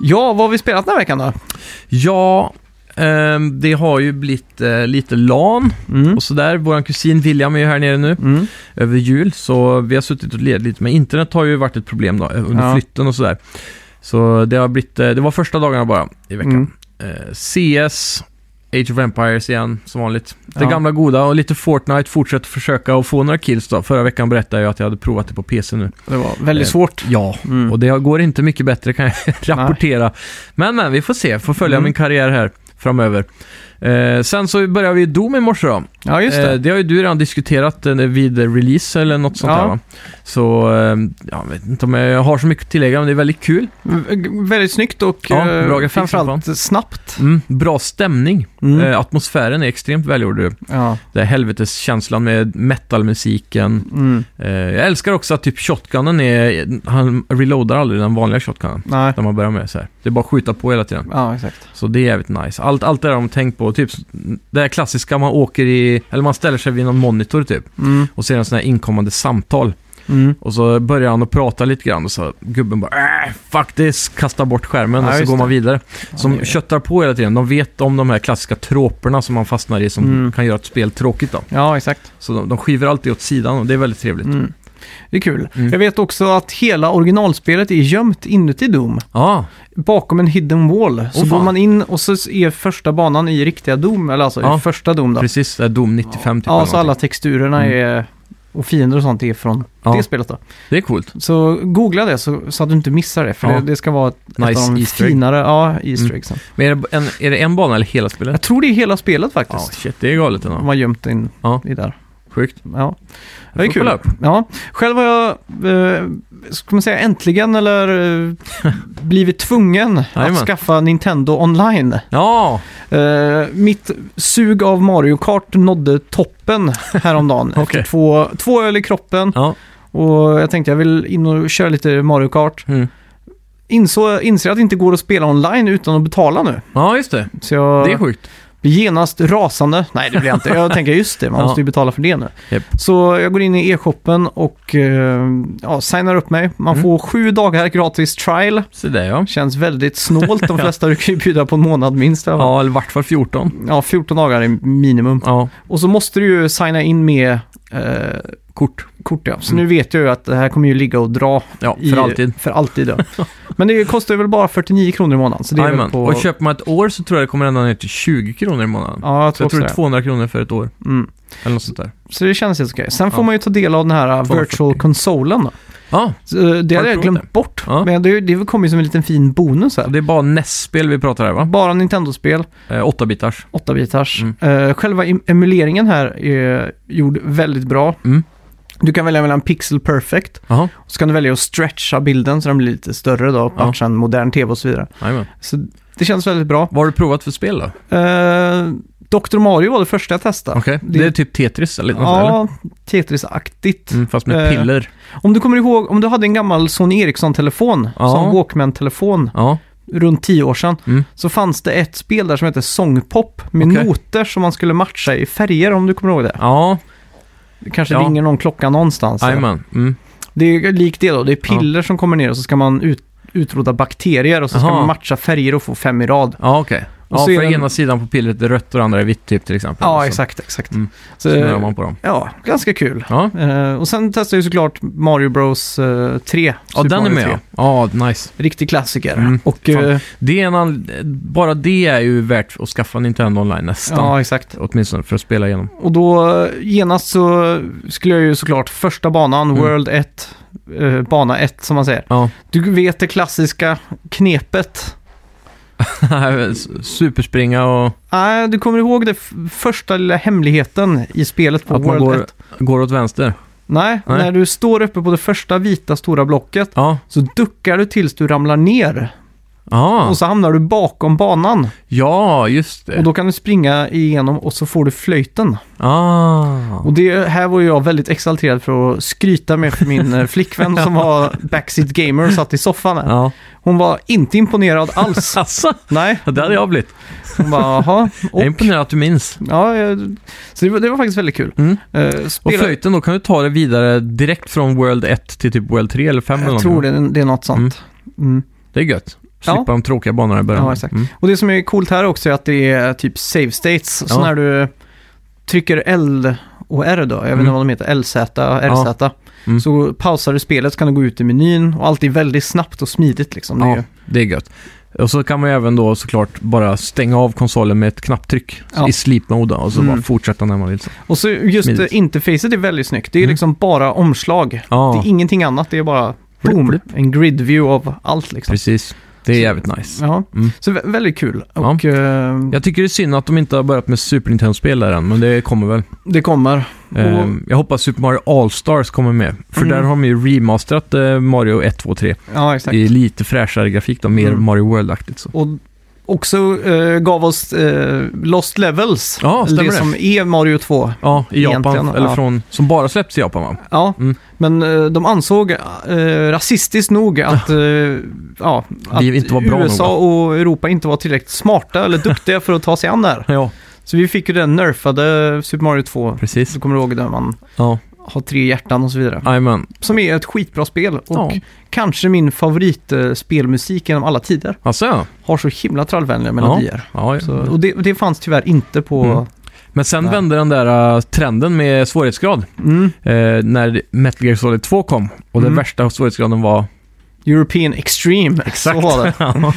Speaker 1: Ja, vad har vi spelat den här veckan då?
Speaker 2: Ja, ehm, det har ju blivit eh, lite LAN
Speaker 1: Mm.
Speaker 2: och sådär. Vår kusin William är ju här nere nu.
Speaker 1: Mm.
Speaker 2: över jul, så vi har suttit och ledigt lite. Men internet har ju varit ett problem då, eh, under
Speaker 1: Ja.
Speaker 2: flytten och sådär. Så det har blivit, eh, det var första dagarna bara i veckan.
Speaker 1: Mm.
Speaker 2: Eh, CS, Age of Empires igen, som vanligt. Det
Speaker 1: Ja.
Speaker 2: gamla goda och lite Fortnite, fortsätter försöka och få några kills då. Förra veckan berättade jag att jag hade provat det på PC nu.
Speaker 1: Det var väldigt
Speaker 2: Eh,
Speaker 1: svårt.
Speaker 2: Ja,
Speaker 1: Mm.
Speaker 2: och det går inte mycket bättre kan jag <laughs> rapportera. Men men, vi får se, får följa
Speaker 1: Mm.
Speaker 2: min karriär här framöver. Eh, sen så börjar vi Doom i morse då.
Speaker 1: Ja, just
Speaker 2: Eh,
Speaker 1: det.
Speaker 2: det har ju du redan diskuterat eh, vid release eller något sånt
Speaker 1: Ja.
Speaker 2: där va? Så eh, jag vet inte om jag har så mycket att tillägga, men det är väldigt kul.
Speaker 1: V- Väldigt snyggt och
Speaker 2: Ja,
Speaker 1: eh,
Speaker 2: bra grafik som
Speaker 1: framförallt snabbt.
Speaker 2: Mm, bra stämning.
Speaker 1: Mm.
Speaker 2: Eh, atmosfären är extremt välgjord. Det
Speaker 1: Ja.
Speaker 2: där helveteskänslan med metalmusiken.
Speaker 1: Mm.
Speaker 2: Eh, jag älskar också att typ shotgunen är... Han reloadar aldrig den vanliga shotgunen.
Speaker 1: Nej.
Speaker 2: När man börjar med så här. Det är bara att skjuta på hela tiden.
Speaker 1: Ja, exakt.
Speaker 2: Så det är jävligt nice. Allt, allt det där de har tänkt på. Typ det där klassiska man åker i... Eller man ställer sig vid någon monitor typ.
Speaker 1: Mm.
Speaker 2: Och ser en sån här inkommande samtal.
Speaker 1: Mm.
Speaker 2: Och så börjar han att prata lite grann och så gubben bara äh, fuck this, kastar bort skärmen
Speaker 1: Ja,
Speaker 2: och
Speaker 1: just
Speaker 2: så går man
Speaker 1: det.
Speaker 2: vidare. Som
Speaker 1: det är det.
Speaker 2: köttar på hela tiden. De vet om de här klassiska troperna som man fastnar i som
Speaker 1: Mm.
Speaker 2: kan göra ett spel tråkigt då.
Speaker 1: Ja, exakt.
Speaker 2: Så de, de skiver alltid åt sidan och det är väldigt trevligt.
Speaker 1: Mm. Det är kul.
Speaker 2: Mm.
Speaker 1: Jag vet också att hela originalspelet är gömt inuti Doom.
Speaker 2: Ja,
Speaker 1: bakom en hidden wall. Så
Speaker 2: Åh, fan.
Speaker 1: går man in och så är första banan i riktiga Doom, eller alltså i
Speaker 2: Ja.
Speaker 1: första Doom då.
Speaker 2: precis. Det är Doom 95 typ.
Speaker 1: ja,
Speaker 2: eller
Speaker 1: så alla
Speaker 2: någonting.
Speaker 1: texturerna
Speaker 2: Mm.
Speaker 1: är och fiender och sånt är från
Speaker 2: Ja.
Speaker 1: det spelet då.
Speaker 2: Det är coolt.
Speaker 1: Så googla det så, så att du inte missar det, för
Speaker 2: Ja.
Speaker 1: det, det ska vara ett
Speaker 2: Nice
Speaker 1: av de
Speaker 2: Easter egg.
Speaker 1: finare ja, Easter
Speaker 2: Mm.
Speaker 1: eggsen.
Speaker 2: Men är det en, är det en bana eller hela spelet?
Speaker 1: Jag tror det är hela spelet
Speaker 2: Ja,
Speaker 1: faktiskt.
Speaker 2: shit. Det är galet
Speaker 1: De
Speaker 2: ändå.
Speaker 1: har gömt in
Speaker 2: Ja.
Speaker 1: i där.
Speaker 2: Sjukt.
Speaker 1: Ja. Det är
Speaker 2: får kolla
Speaker 1: kul.
Speaker 2: upp.
Speaker 1: Ja. Själv har jag, eh, ska man säga äntligen eller eh, blivit tvungen att
Speaker 2: <laughs> Jajamän.
Speaker 1: skaffa Nintendo online.
Speaker 2: Ja,
Speaker 1: Eh, mitt sug av Mario Kart nådde toppen häromdagen.
Speaker 2: <laughs> Okej.
Speaker 1: Efter två, två öl i kroppen
Speaker 2: ja.
Speaker 1: och jag tänkte jag vill in och köra lite Mario Kart.
Speaker 2: Mm.
Speaker 1: Inså, inser att det inte går att spela online utan att betala nu.
Speaker 2: ja just det.
Speaker 1: Så jag
Speaker 2: Det är sjukt.
Speaker 1: blir genast rasande. Nej, det blir jag inte. Jag tänker just det, man
Speaker 2: <laughs> Ja.
Speaker 1: måste ju betala för det nu.
Speaker 2: Japp.
Speaker 1: Så jag går in i e-shoppen och eh, ja, signar upp mig. Man
Speaker 2: Mm.
Speaker 1: får sju dagar gratis trial.
Speaker 2: Så där ja.
Speaker 1: Känns väldigt
Speaker 2: <laughs>
Speaker 1: snålt. De flesta du kan ju bjuda på en månad minst. Ja.
Speaker 2: Ja, eller vart fall 14.
Speaker 1: ja, 14 dagar är minimum.
Speaker 2: Ja,
Speaker 1: Och så måste du ju signa in med eh,
Speaker 2: kort.
Speaker 1: kort. Ja. Så nu vet jag ju att det här kommer ju ligga och dra.
Speaker 2: Ja, Mm. för
Speaker 1: i-
Speaker 2: alltid.
Speaker 1: För alltid
Speaker 2: <laughs>
Speaker 1: ja. Men det kostar ju väl bara 49 kronor i månaden. Så det är väl
Speaker 2: Jajamän.
Speaker 1: på...
Speaker 2: Och köper man ett år så tror jag det kommer ända ner till 20 kronor i månaden.
Speaker 1: Ja, jag
Speaker 2: så
Speaker 1: tror
Speaker 2: jag tror
Speaker 1: också
Speaker 2: det är
Speaker 1: det.
Speaker 2: 200 kronor för ett år.
Speaker 1: Mm.
Speaker 2: Eller något sånt där.
Speaker 1: Så det känns helt okej. Sen får
Speaker 2: Ja.
Speaker 1: man ju ta del av den här uh,
Speaker 2: 240.
Speaker 1: virtual consolen. Då.
Speaker 2: Ja,
Speaker 1: Så, eh, det
Speaker 2: Har
Speaker 1: hade
Speaker 2: du
Speaker 1: jag
Speaker 2: provat
Speaker 1: glömt
Speaker 2: det?
Speaker 1: bort.
Speaker 2: Ja.
Speaker 1: Men det, det kommer ju som en liten fin bonus
Speaker 2: och
Speaker 1: här.
Speaker 2: det är bara NES-spel vi pratar här va?
Speaker 1: Bara Nintendo-spel,
Speaker 2: Eh, 8-bitars.
Speaker 1: 8-bitars.
Speaker 2: Mm.
Speaker 1: Eh, själva im- emuleringen här är gjord väldigt bra.
Speaker 2: Mm.
Speaker 1: Du kan välja mellan Pixel Perfect
Speaker 2: Jaha,
Speaker 1: Så kan du välja att stretcha bilden så den blir lite större då,
Speaker 2: Ja.
Speaker 1: matcha en modern tv och så vidare.
Speaker 2: jajamän.
Speaker 1: Så det känns väldigt bra.
Speaker 2: Vad har du provat för spel då?
Speaker 1: Eh, Dr. Mario var det första jag testade.
Speaker 2: Okej,
Speaker 1: det-
Speaker 2: det... är typ Tetris eller något sånt, eller?
Speaker 1: Ja, Tetris-aktigt.
Speaker 2: Mm, fast med
Speaker 1: Eh.
Speaker 2: piller.
Speaker 1: Om du kommer ihåg, om du hade en gammal Sony Ericsson-telefon,
Speaker 2: Ja.
Speaker 1: som Walkman-telefon,
Speaker 2: Ja,
Speaker 1: runt tio år sedan,
Speaker 2: Mm.
Speaker 1: så fanns det ett spel där som hette Sångpop med
Speaker 2: Okej.
Speaker 1: noter som man skulle matcha i färger om du kommer ihåg det.
Speaker 2: ja,
Speaker 1: Det kanske
Speaker 2: Ja.
Speaker 1: ringer någon klocka någonstans. eller?
Speaker 2: jajamän. Mm.
Speaker 1: Det är likt det då. Det är piller som kommer ner och så ska man ut, utrota bakterier och så ska
Speaker 2: Aha.
Speaker 1: man matcha färger och få fem i rad.
Speaker 2: Ja, okej.
Speaker 1: Och
Speaker 2: Ja,
Speaker 1: så är
Speaker 2: för
Speaker 1: den-
Speaker 2: ena sidan på pillret är rött och andra är vitt typ till exempel.
Speaker 1: Ja,
Speaker 2: Så
Speaker 1: exakt, exakt.
Speaker 2: Mm. Snurrar
Speaker 1: Så,
Speaker 2: man på dem.
Speaker 1: ja, ganska kul.
Speaker 2: Ja,
Speaker 1: Eh, och sen testar jag ju såklart Mario Bros eh, 3.
Speaker 2: ja
Speaker 1: Super
Speaker 2: den är
Speaker 1: Mario
Speaker 2: med
Speaker 1: 3.
Speaker 2: ja. Ja, nice.
Speaker 1: Riktig klassiker.
Speaker 2: Mm,
Speaker 1: Och,
Speaker 2: fan.
Speaker 1: eh,
Speaker 2: Det är en an... Bara det är ju värt att skaffa Nintendo Online nästan.
Speaker 1: ja, exakt.
Speaker 2: Åtminstone för att spela igenom.
Speaker 1: Och då eh, genast så skulle jag ju såklart första banan,
Speaker 2: Mm.
Speaker 1: World 1, eh, bana 1 som man säger.
Speaker 2: Ja. <laughs>
Speaker 1: Du vet det klassiska knepet.
Speaker 2: Superspringa och
Speaker 1: Nej, du kommer ihåg det f- första lilla hemligheten i spelet på
Speaker 2: att man
Speaker 1: World
Speaker 2: går,
Speaker 1: 1?
Speaker 2: går åt vänster.
Speaker 1: Nej,
Speaker 2: Nej.
Speaker 1: när du står uppe på det första vita stora blocket
Speaker 2: Ja.
Speaker 1: så duckar du tills du ramlar ner
Speaker 2: Ja, Eh.
Speaker 1: och så hamnar du bakom banan.
Speaker 2: ja just det.
Speaker 1: Och då kan du springa igenom och så får du flöjten.
Speaker 2: Ah.
Speaker 1: Och det här var ju jag väldigt exalterad för att skryta med för min eh, flickvän
Speaker 2: <laughs>
Speaker 1: som var backseat gamer och satt i soffan. Här.
Speaker 2: Ja.
Speaker 1: Hon var inte imponerad
Speaker 2: <laughs>
Speaker 1: alls.
Speaker 2: Alltså,
Speaker 1: Nej,
Speaker 2: det hade jag blivit.
Speaker 1: hon bara jaha.
Speaker 2: Jag är
Speaker 1: Och,
Speaker 2: imponerad att du minns.
Speaker 1: ja, jag- så det var, det var faktiskt väldigt kul.
Speaker 2: Mm.
Speaker 1: Eh,
Speaker 2: Och
Speaker 1: spela-
Speaker 2: flöjten, då kan du ta det vidare direkt från World 1 till typ World 3 eller 5 eller
Speaker 1: Jag
Speaker 2: någonting.
Speaker 1: tror det, det är något sånt. Mm.
Speaker 2: Det är gött.
Speaker 1: Ja.
Speaker 2: Slippa de tråkiga banorna i början.
Speaker 1: Ja, exakt.
Speaker 2: Mm.
Speaker 1: Och det som är coolt här också är att det är typ save states. Så
Speaker 2: Ja.
Speaker 1: när du trycker L och R då, jag vet inte
Speaker 2: Mm.
Speaker 1: vad de heter, LZ, RZ.
Speaker 2: Mm.
Speaker 1: Så pausar du spelet så kan du gå ut i menyn och allt är väldigt snabbt och smidigt liksom. Det är
Speaker 2: Ja,
Speaker 1: ju,
Speaker 2: det är gött. Och så kan man ju även då såklart bara stänga av konsolen med ett knapptryck
Speaker 1: Ja.
Speaker 2: i sleep mode då, och så
Speaker 1: Mm.
Speaker 2: bara fortsätta när man vill. Så.
Speaker 1: och så just
Speaker 2: Smidigt.
Speaker 1: eh, interfacet är väldigt snyggt. Det är
Speaker 2: Mm.
Speaker 1: liksom bara omslag.
Speaker 2: Ja,
Speaker 1: Det är ingenting annat, det är bara
Speaker 2: Flipp,
Speaker 1: boom,
Speaker 2: flipp.
Speaker 1: en grid view av allt liksom.
Speaker 2: precis. Det är jävligt nice.
Speaker 1: Ja,
Speaker 2: Mm.
Speaker 1: så vä- väldigt kul.
Speaker 2: Ja.
Speaker 1: Och eh,
Speaker 2: Jag tycker det är synd att de inte har börjat med Super Nintendo-spel där än, men det kommer väl.
Speaker 1: det kommer. Och,
Speaker 2: Ehm, jag hoppas Super Mario All-Stars kommer med, för
Speaker 1: Mm.
Speaker 2: där har de ju remasterat eh, Mario 1, 2, 3
Speaker 1: ja, exakt.
Speaker 2: i lite fräschare grafik då, mer
Speaker 1: Mm.
Speaker 2: Mario World-aktigt så.
Speaker 1: Och också eh, gav oss eh, Lost Levels.
Speaker 2: Ja,
Speaker 1: det,
Speaker 2: stämmer det?
Speaker 1: som är Mario 2.
Speaker 2: Ja, i Japan,
Speaker 1: Egentligen,
Speaker 2: eller
Speaker 1: ja.
Speaker 2: från, som bara släpps i Japan va?
Speaker 1: Ja,
Speaker 2: Mm.
Speaker 1: men eh, de ansåg eh, rasistiskt nog att, eh, ja, att
Speaker 2: Vi inte var bra nog,
Speaker 1: USA och Europa inte var tillräckligt smarta
Speaker 2: <laughs>
Speaker 1: eller duktiga för att ta sig an det här.
Speaker 2: Ja,
Speaker 1: Så vi fick ju den nerfade Super Mario 2.
Speaker 2: precis.
Speaker 1: Så kommer du ihåg där man
Speaker 2: Ja,
Speaker 1: har tre hjärtan och så vidare.
Speaker 2: Jajamän.
Speaker 1: Som är ett skitbra spel och
Speaker 2: Ja.
Speaker 1: kanske min favoritspelmusik genom alla tider.
Speaker 2: Alltså, ja.
Speaker 1: Har så himla trallvänliga melodier.
Speaker 2: ja. ja.
Speaker 1: Så, och det, det fanns tyvärr inte på...
Speaker 2: Mm. Men sen
Speaker 1: Ja.
Speaker 2: vände den där äh, trenden med svårighetsgrad.
Speaker 1: Mm.
Speaker 2: Eh, när Metal Gear Solid 2 kom och den
Speaker 1: Mm.
Speaker 2: värsta svårighetsgraden var...
Speaker 1: European Extreme. <laughs> Exakt. Så var det.
Speaker 2: ja,
Speaker 1: Ja,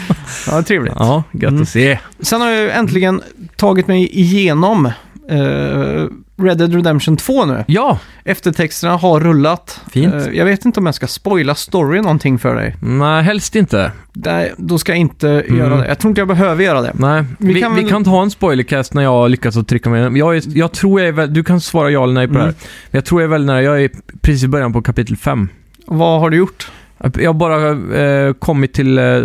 Speaker 1: det är trevligt.
Speaker 2: ja, gött
Speaker 1: Mm.
Speaker 2: att se.
Speaker 1: Sen har jag ju äntligen tagit mig igenom eh, Red Dead Redemption 2 nu.
Speaker 2: Ja,
Speaker 1: Eftertexterna har rullat.
Speaker 2: Fint.
Speaker 1: Eh, jag vet inte om jag ska spoila story någonting för dig.
Speaker 2: Äh, nej helst inte.
Speaker 1: Nej, då ska jag inte
Speaker 2: Mm.
Speaker 1: göra det. Jag tror inte jag behöver göra det.
Speaker 2: Nej,
Speaker 1: Vi
Speaker 2: vi, vi,
Speaker 1: kan
Speaker 2: kan,
Speaker 1: väl-
Speaker 2: ta en spoilercast när jag har lyckats att trycka mig igenom. jag, är, jag tror jag är väl, Du kan svara ja eller nej på det här.
Speaker 1: Mm.
Speaker 2: Men jag tror jag är väldigt nära. Jag är precis i början på kapitel 5.
Speaker 1: Vad har du gjort?
Speaker 2: Jag har bara eh, kommit till, eh, eh,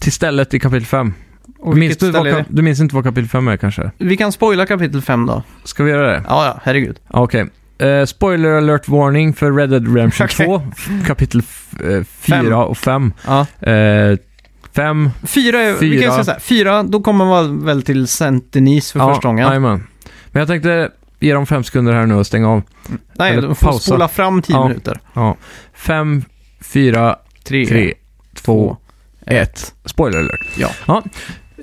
Speaker 2: till stället i kapitel 5.
Speaker 1: Och
Speaker 2: minns
Speaker 1: vilket
Speaker 2: du, vad,
Speaker 1: ställe är
Speaker 2: kap- du minns inte vad kapitel 5 är kanske?
Speaker 1: det? Vi kan spoila kapitel 5 då.
Speaker 2: Ska vi göra det?
Speaker 1: Ja, ja, herregud.
Speaker 2: Ja, Okej. Eh, spoiler alert warning för Red Dead Redemption
Speaker 1: <laughs> Okej.
Speaker 2: 2, f- kapitel 4
Speaker 1: Fem.
Speaker 2: och Eh, 5.
Speaker 1: Ja.
Speaker 2: 5.
Speaker 1: Fyra, är- vi kan ju
Speaker 2: Fyra.
Speaker 1: säga så här, fyra, då kommer man väl till Saint-Denis för första gången.
Speaker 2: Jajamän. Men jag tänkte ge dem 5 sekunder här nu och stänga av.
Speaker 1: Nej,
Speaker 2: eller
Speaker 1: då får
Speaker 2: pausa.
Speaker 1: spola fram 10
Speaker 2: Ja.
Speaker 1: minuter.
Speaker 2: 5, 4, 3, 2, 1. Spoiler alert.
Speaker 1: Ja.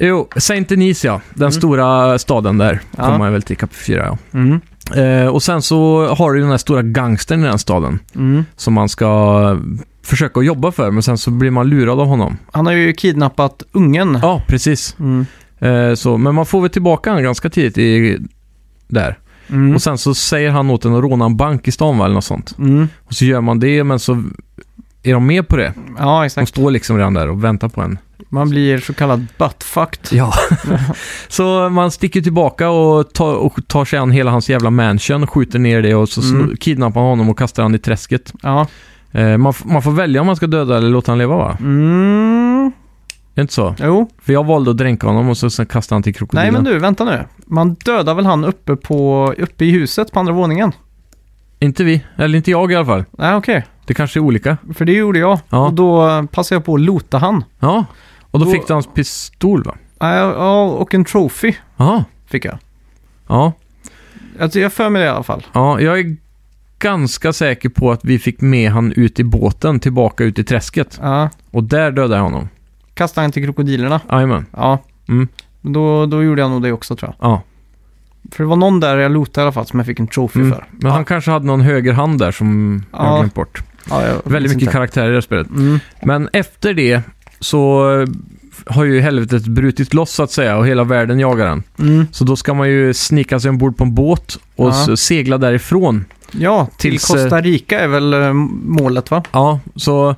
Speaker 2: Jo, Saint Denis ja. Den
Speaker 1: Mm.
Speaker 2: stora staden där.
Speaker 1: Ja.
Speaker 2: Kommer man väl till kapitel 4
Speaker 1: Mm.
Speaker 2: ja. Eh, och sen så har du ju den här stora gangstern i den staden.
Speaker 1: Mm.
Speaker 2: Som man ska försöka att jobba för, men sen så blir man lurad av honom.
Speaker 1: Han har ju kidnappat ungen.
Speaker 2: Ja, precis.
Speaker 1: Mm.
Speaker 2: Eh, så, men man får väl tillbaka honom ganska tidigt i, där.
Speaker 1: Mm.
Speaker 2: Och sen så säger han åt en att råna en bank i stan va, eller något sånt.
Speaker 1: Mm.
Speaker 2: Och så gör man det, men så är de med på det.
Speaker 1: Ja,
Speaker 2: De
Speaker 1: exakt.
Speaker 2: står liksom redan där och väntar
Speaker 1: <laughs>
Speaker 2: på en.
Speaker 1: Man blir så kallad buttfucked.
Speaker 2: Ja. <laughs> så man sticker tillbaka och tar, och tar sig an hela hans jävla mansion, skjuter ner det och så sno-
Speaker 1: Mm.
Speaker 2: kidnappar man honom och kastar han i träsket.
Speaker 1: Ja.
Speaker 2: Eh, man, f- man får välja om man ska döda eller låta han leva va?
Speaker 1: Mm.
Speaker 2: Det är inte så?
Speaker 1: Jo.
Speaker 2: För jag valde att dränka honom och så sen kastade han till krokodilen.
Speaker 1: Nej, men du, vänta nu. Man dödar väl han uppe, på, uppe i huset på andra våningen?
Speaker 2: Inte vi, eller inte jag i alla fall.
Speaker 1: Nej, okej.
Speaker 2: Det kanske är olika.
Speaker 1: För det gjorde jag.
Speaker 2: Ja.
Speaker 1: Och då passade jag på att lota han.
Speaker 2: Ja, och då,
Speaker 1: Då-
Speaker 2: fick du hans pistol va?
Speaker 1: Ja, Ja, och en trophy
Speaker 2: Ja,
Speaker 1: fick jag.
Speaker 2: ja,
Speaker 1: Jag jag har för Alltså, mig det i alla fall.
Speaker 2: ja, jag är ganska säker på att vi fick med han ut i båten tillbaka ut i träsket.
Speaker 1: Ja.
Speaker 2: Och där dödade jag honom.
Speaker 1: Kastade han till krokodilerna.
Speaker 2: Jajamän.
Speaker 1: Ja.
Speaker 2: Mm.
Speaker 1: Men Då, då gjorde jag nog det också tror jag.
Speaker 2: Ja.
Speaker 1: För det var någon där jag lotade i alla fall som jag fick en trophy
Speaker 2: Mm.
Speaker 1: för.
Speaker 2: Men han kanske hade någon höger hand där som jag
Speaker 1: Ja.
Speaker 2: har glömt bort.
Speaker 1: Ja, jag minns
Speaker 2: Väldigt mycket
Speaker 1: inte.
Speaker 2: karaktärer i det här spelet.
Speaker 1: Mm.
Speaker 2: Men efter det så eh, har ju helvetet brutit loss så att säga och hela världen jagar den.
Speaker 1: Mm.
Speaker 2: Så då ska man ju snika sig ombord på en båt och
Speaker 1: Ja.
Speaker 2: s- segla därifrån.
Speaker 1: Ja, till
Speaker 2: Tills, eh,
Speaker 1: Costa Rica är väl eh, målet va?
Speaker 2: Ja, så,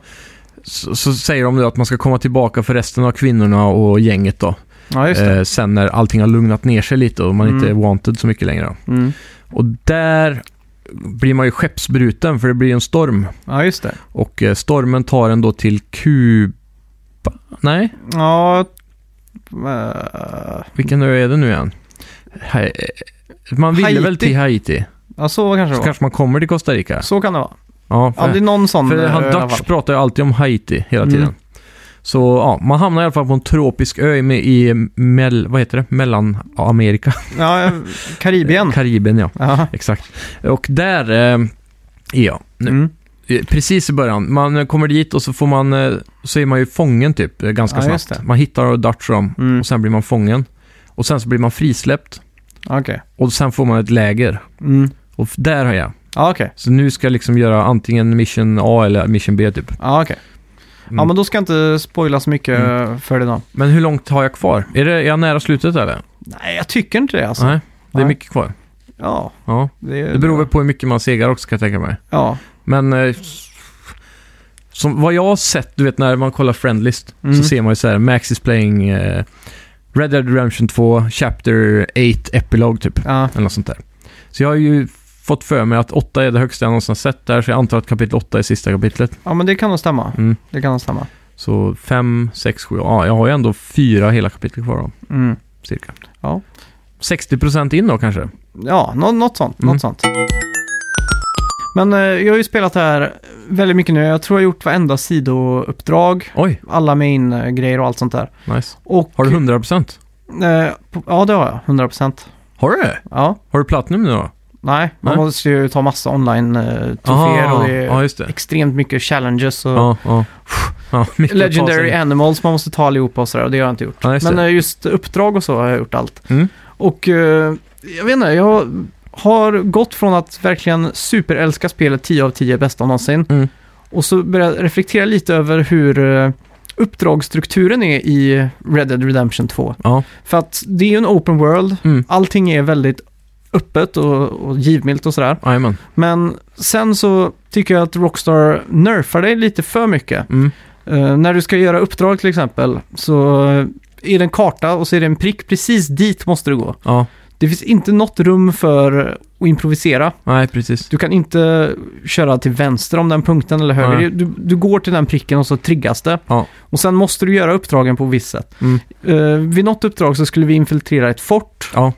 Speaker 2: så, så säger de då att man ska komma tillbaka för resten av kvinnorna och gänget då.
Speaker 1: Ja, just det.
Speaker 2: Eh, sen när allting har lugnat ner sig lite och man inte är
Speaker 1: Mm.
Speaker 2: wanted så mycket längre. då.
Speaker 1: Mm.
Speaker 2: Och där blir man ju skeppsbruten för det blir en storm.
Speaker 1: Ja, just det.
Speaker 2: Och eh, stormen tar en då till Kuba. Nej,
Speaker 1: Ja... eh,
Speaker 2: vilken ö är det nu igen? Ha- Man ville väl
Speaker 1: Haiti.
Speaker 2: till Haiti?
Speaker 1: Ja, så kanske
Speaker 2: Så
Speaker 1: det var.
Speaker 2: kanske man kommer till Costa Rica.
Speaker 1: Så kan det vara.
Speaker 2: Ja,
Speaker 1: Ja,
Speaker 2: för,
Speaker 1: det är någon sån.
Speaker 2: för
Speaker 1: eh,
Speaker 2: han
Speaker 1: i alla
Speaker 2: Dutch
Speaker 1: fall.
Speaker 2: pratar ju alltid om Haiti hela
Speaker 1: Mm.
Speaker 2: tiden. Så ja, man hamnar i alla fall på en tropisk ö i, i mel, vad heter det? Mellanamerika.
Speaker 1: Ja, eh,
Speaker 2: <laughs>
Speaker 1: Karibien.
Speaker 2: Karibien, ja.
Speaker 1: Ja.
Speaker 2: Exakt. Och där eh, är jag nu.
Speaker 1: Mm.
Speaker 2: Eh, Precis i början. Man eh, kommer dit och så får man, eh, så är man ju fången typ eh, ganska
Speaker 1: Ja, just
Speaker 2: snabbt.
Speaker 1: det.
Speaker 2: Man hittar Dutch dem
Speaker 1: Mm.
Speaker 2: och sen blir man fången. Och sen så blir man frisläppt
Speaker 1: Okej.
Speaker 2: och sen får man ett läger.
Speaker 1: Mm.
Speaker 2: Och f- där har jag.
Speaker 1: Ja, okej.
Speaker 2: Så nu ska jag liksom göra antingen mission A eller mission B typ.
Speaker 1: Ja, okej. Ja,
Speaker 2: Mm.
Speaker 1: men då ska jag inte spoila så mycket
Speaker 2: Mm.
Speaker 1: eh, för det då.
Speaker 2: Men hur långt har jag kvar? Är, det, är jag nära slutet eller?
Speaker 1: Nej, jag tycker inte det alltså.
Speaker 2: Nej, det är
Speaker 1: Nej.
Speaker 2: mycket kvar.
Speaker 1: Ja,
Speaker 2: Ja.
Speaker 1: det, är-
Speaker 2: Det beror väl på hur mycket man segar också kan jag tänka mig.
Speaker 1: Ja,
Speaker 2: Men eh, som vad jag har sett, du vet när man kollar friendlist,
Speaker 1: Mm.
Speaker 2: så ser man ju så här, Max is playing eh, Red Dead Redemption 2, Chapter 8, Epilog typ.
Speaker 1: ja,
Speaker 2: Eller något sånt där. Så jag har ju fått för mig att 8 är det högsta jag någonsin har sett där, så jag antar att kapitel 8 är sista kapitlet.
Speaker 1: ja, men det kan nog stämma.
Speaker 2: Mm.
Speaker 1: Det kan nog stämma.
Speaker 2: Så 5, 6, 7, ja, jag har ju ändå fyra hela kapitel kvar då,
Speaker 1: Mm.
Speaker 2: cirka.
Speaker 1: Ja.
Speaker 2: 60% in då kanske?
Speaker 1: Ja, nå- något sånt.
Speaker 2: Mm.
Speaker 1: Något sånt. Men eh, jag har ju spelat det här väldigt mycket nu. Jag tror jag har gjort varenda sidouppdrag,
Speaker 2: Oj,
Speaker 1: alla main-grejer och allt sånt där.
Speaker 2: nice.
Speaker 1: Och,
Speaker 2: Har du 100%?
Speaker 1: Eh, på- ja, det har jag. 100%.
Speaker 2: Har du det?
Speaker 1: Ja.
Speaker 2: Har du Platinum nu då?
Speaker 1: Nej, man
Speaker 2: Nej.
Speaker 1: måste ju ta massa online-troféer och det är
Speaker 2: ja, just det.
Speaker 1: extremt mycket challenges och
Speaker 2: Ja, ja. ja mycket att ta sig
Speaker 1: legendary
Speaker 2: in.
Speaker 1: animals man måste ta allihopa och sådär och det har jag inte gjort.
Speaker 2: Ja, just
Speaker 1: Men
Speaker 2: det.
Speaker 1: eh, just uppdrag och så har jag gjort allt.
Speaker 2: Mm.
Speaker 1: Och eh, jag vet inte, jag har gått från att verkligen superälska spelet 10 av 10 bästa någonsin.
Speaker 2: Mm.
Speaker 1: Och så började jag reflektera lite över hur eh, uppdragsstrukturen är i Red Dead Redemption 2.
Speaker 2: Ja.
Speaker 1: För att det är ju en open world,
Speaker 2: Mm.
Speaker 1: allting är väldigt öppet och, och givmilt och sådär.
Speaker 2: Jajamän.
Speaker 1: Men sen så tycker jag att Rockstar nerfar dig lite för mycket.
Speaker 2: Mm.
Speaker 1: Eh, när du ska göra uppdrag till exempel så eh, är det en karta och så är det en prick. Precis dit måste du gå.
Speaker 2: Ja.
Speaker 1: Det finns inte något rum för att improvisera.
Speaker 2: Nej, precis.
Speaker 1: Du kan inte köra till vänster om den punkten eller höger.
Speaker 2: Nej.
Speaker 1: Du, du går till den pricken och så triggas det.
Speaker 2: Ja.
Speaker 1: Och sen måste du göra uppdragen på visst sätt.
Speaker 2: Mm.
Speaker 1: Eh, vid något uppdrag så skulle vi infiltrera ett fort.
Speaker 2: Ja.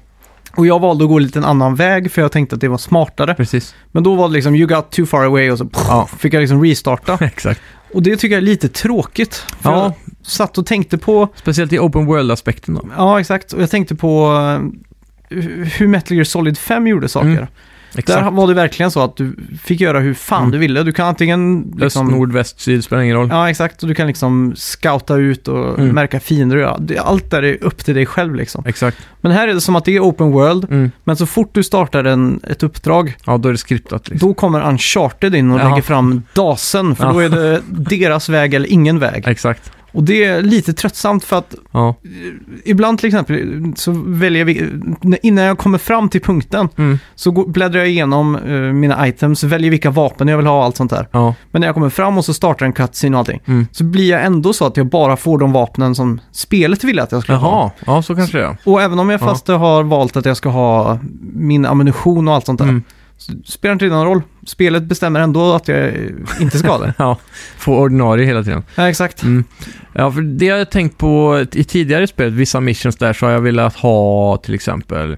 Speaker 1: Och jag valde att gå lite en annan väg för jag tänkte att det var smartare.
Speaker 2: Precis.
Speaker 1: Men då var det liksom you got too far away och så
Speaker 2: Ja.
Speaker 1: fick jag liksom restarta.
Speaker 2: <laughs> Exakt.
Speaker 1: Och det tycker jag är lite tråkigt. För
Speaker 2: Ja,
Speaker 1: Jag satt och tänkte på,
Speaker 2: speciellt i open world-aspekten då.
Speaker 1: ja exakt, och jag tänkte på eh, hur Metal Gear Solid 5 gjorde saker.
Speaker 2: Mm,
Speaker 1: Där
Speaker 2: Exakt.
Speaker 1: var det verkligen så att du fick göra hur fan
Speaker 2: Mm.
Speaker 1: du ville. Du kan antingen...
Speaker 2: Öst,
Speaker 1: Liksom,
Speaker 2: nord, väst, syd spelar ingen roll.
Speaker 1: Ja, exakt. Och du kan liksom scouta ut och
Speaker 2: Mm.
Speaker 1: märka fiender. och göra- det- Allt där är upp till dig själv liksom.
Speaker 2: Exakt.
Speaker 1: Men här är det som att det är open world,
Speaker 2: Mm.
Speaker 1: men så fort du startar en, ett uppdrag,
Speaker 2: Ja, då är det skriptat liksom.
Speaker 1: då kommer Uncharted in och
Speaker 2: Ja.
Speaker 1: lägger fram dasen, för
Speaker 2: Ja.
Speaker 1: då är
Speaker 2: <laughs>
Speaker 1: det deras väg eller ingen väg.
Speaker 2: Exakt.
Speaker 1: Och det är lite tröttsamt för att
Speaker 2: Ja.
Speaker 1: ibland till exempel så väljer vi, innan jag kommer fram till punkten
Speaker 2: Mm.
Speaker 1: så går- bläddrar jag igenom eh, mina items, väljer vilka vapen jag vill ha och allt sånt där.
Speaker 2: Ja.
Speaker 1: Men när jag kommer fram och så startar en cutscene och allting,
Speaker 2: Mm.
Speaker 1: så blir jag ändå så att jag bara får de vapnen som spelet ville att jag skulle ha.
Speaker 2: Jaha. Ja, så kanske det är.
Speaker 1: Och även om jag fast har valt att jag ska ha min ammunition och allt sånt där,
Speaker 2: Mm.
Speaker 1: så spelar inte det någon roll. Spelet bestämmer ändå att jag eh, inte ska ha det.
Speaker 2: <laughs> Ja. Få ordinarie hela tiden.
Speaker 1: <laughs> ja, exakt.
Speaker 2: Mm. Ja, för det har jag tänkt på i tidigare spel, vissa missions där, så har jag velat ha till exempel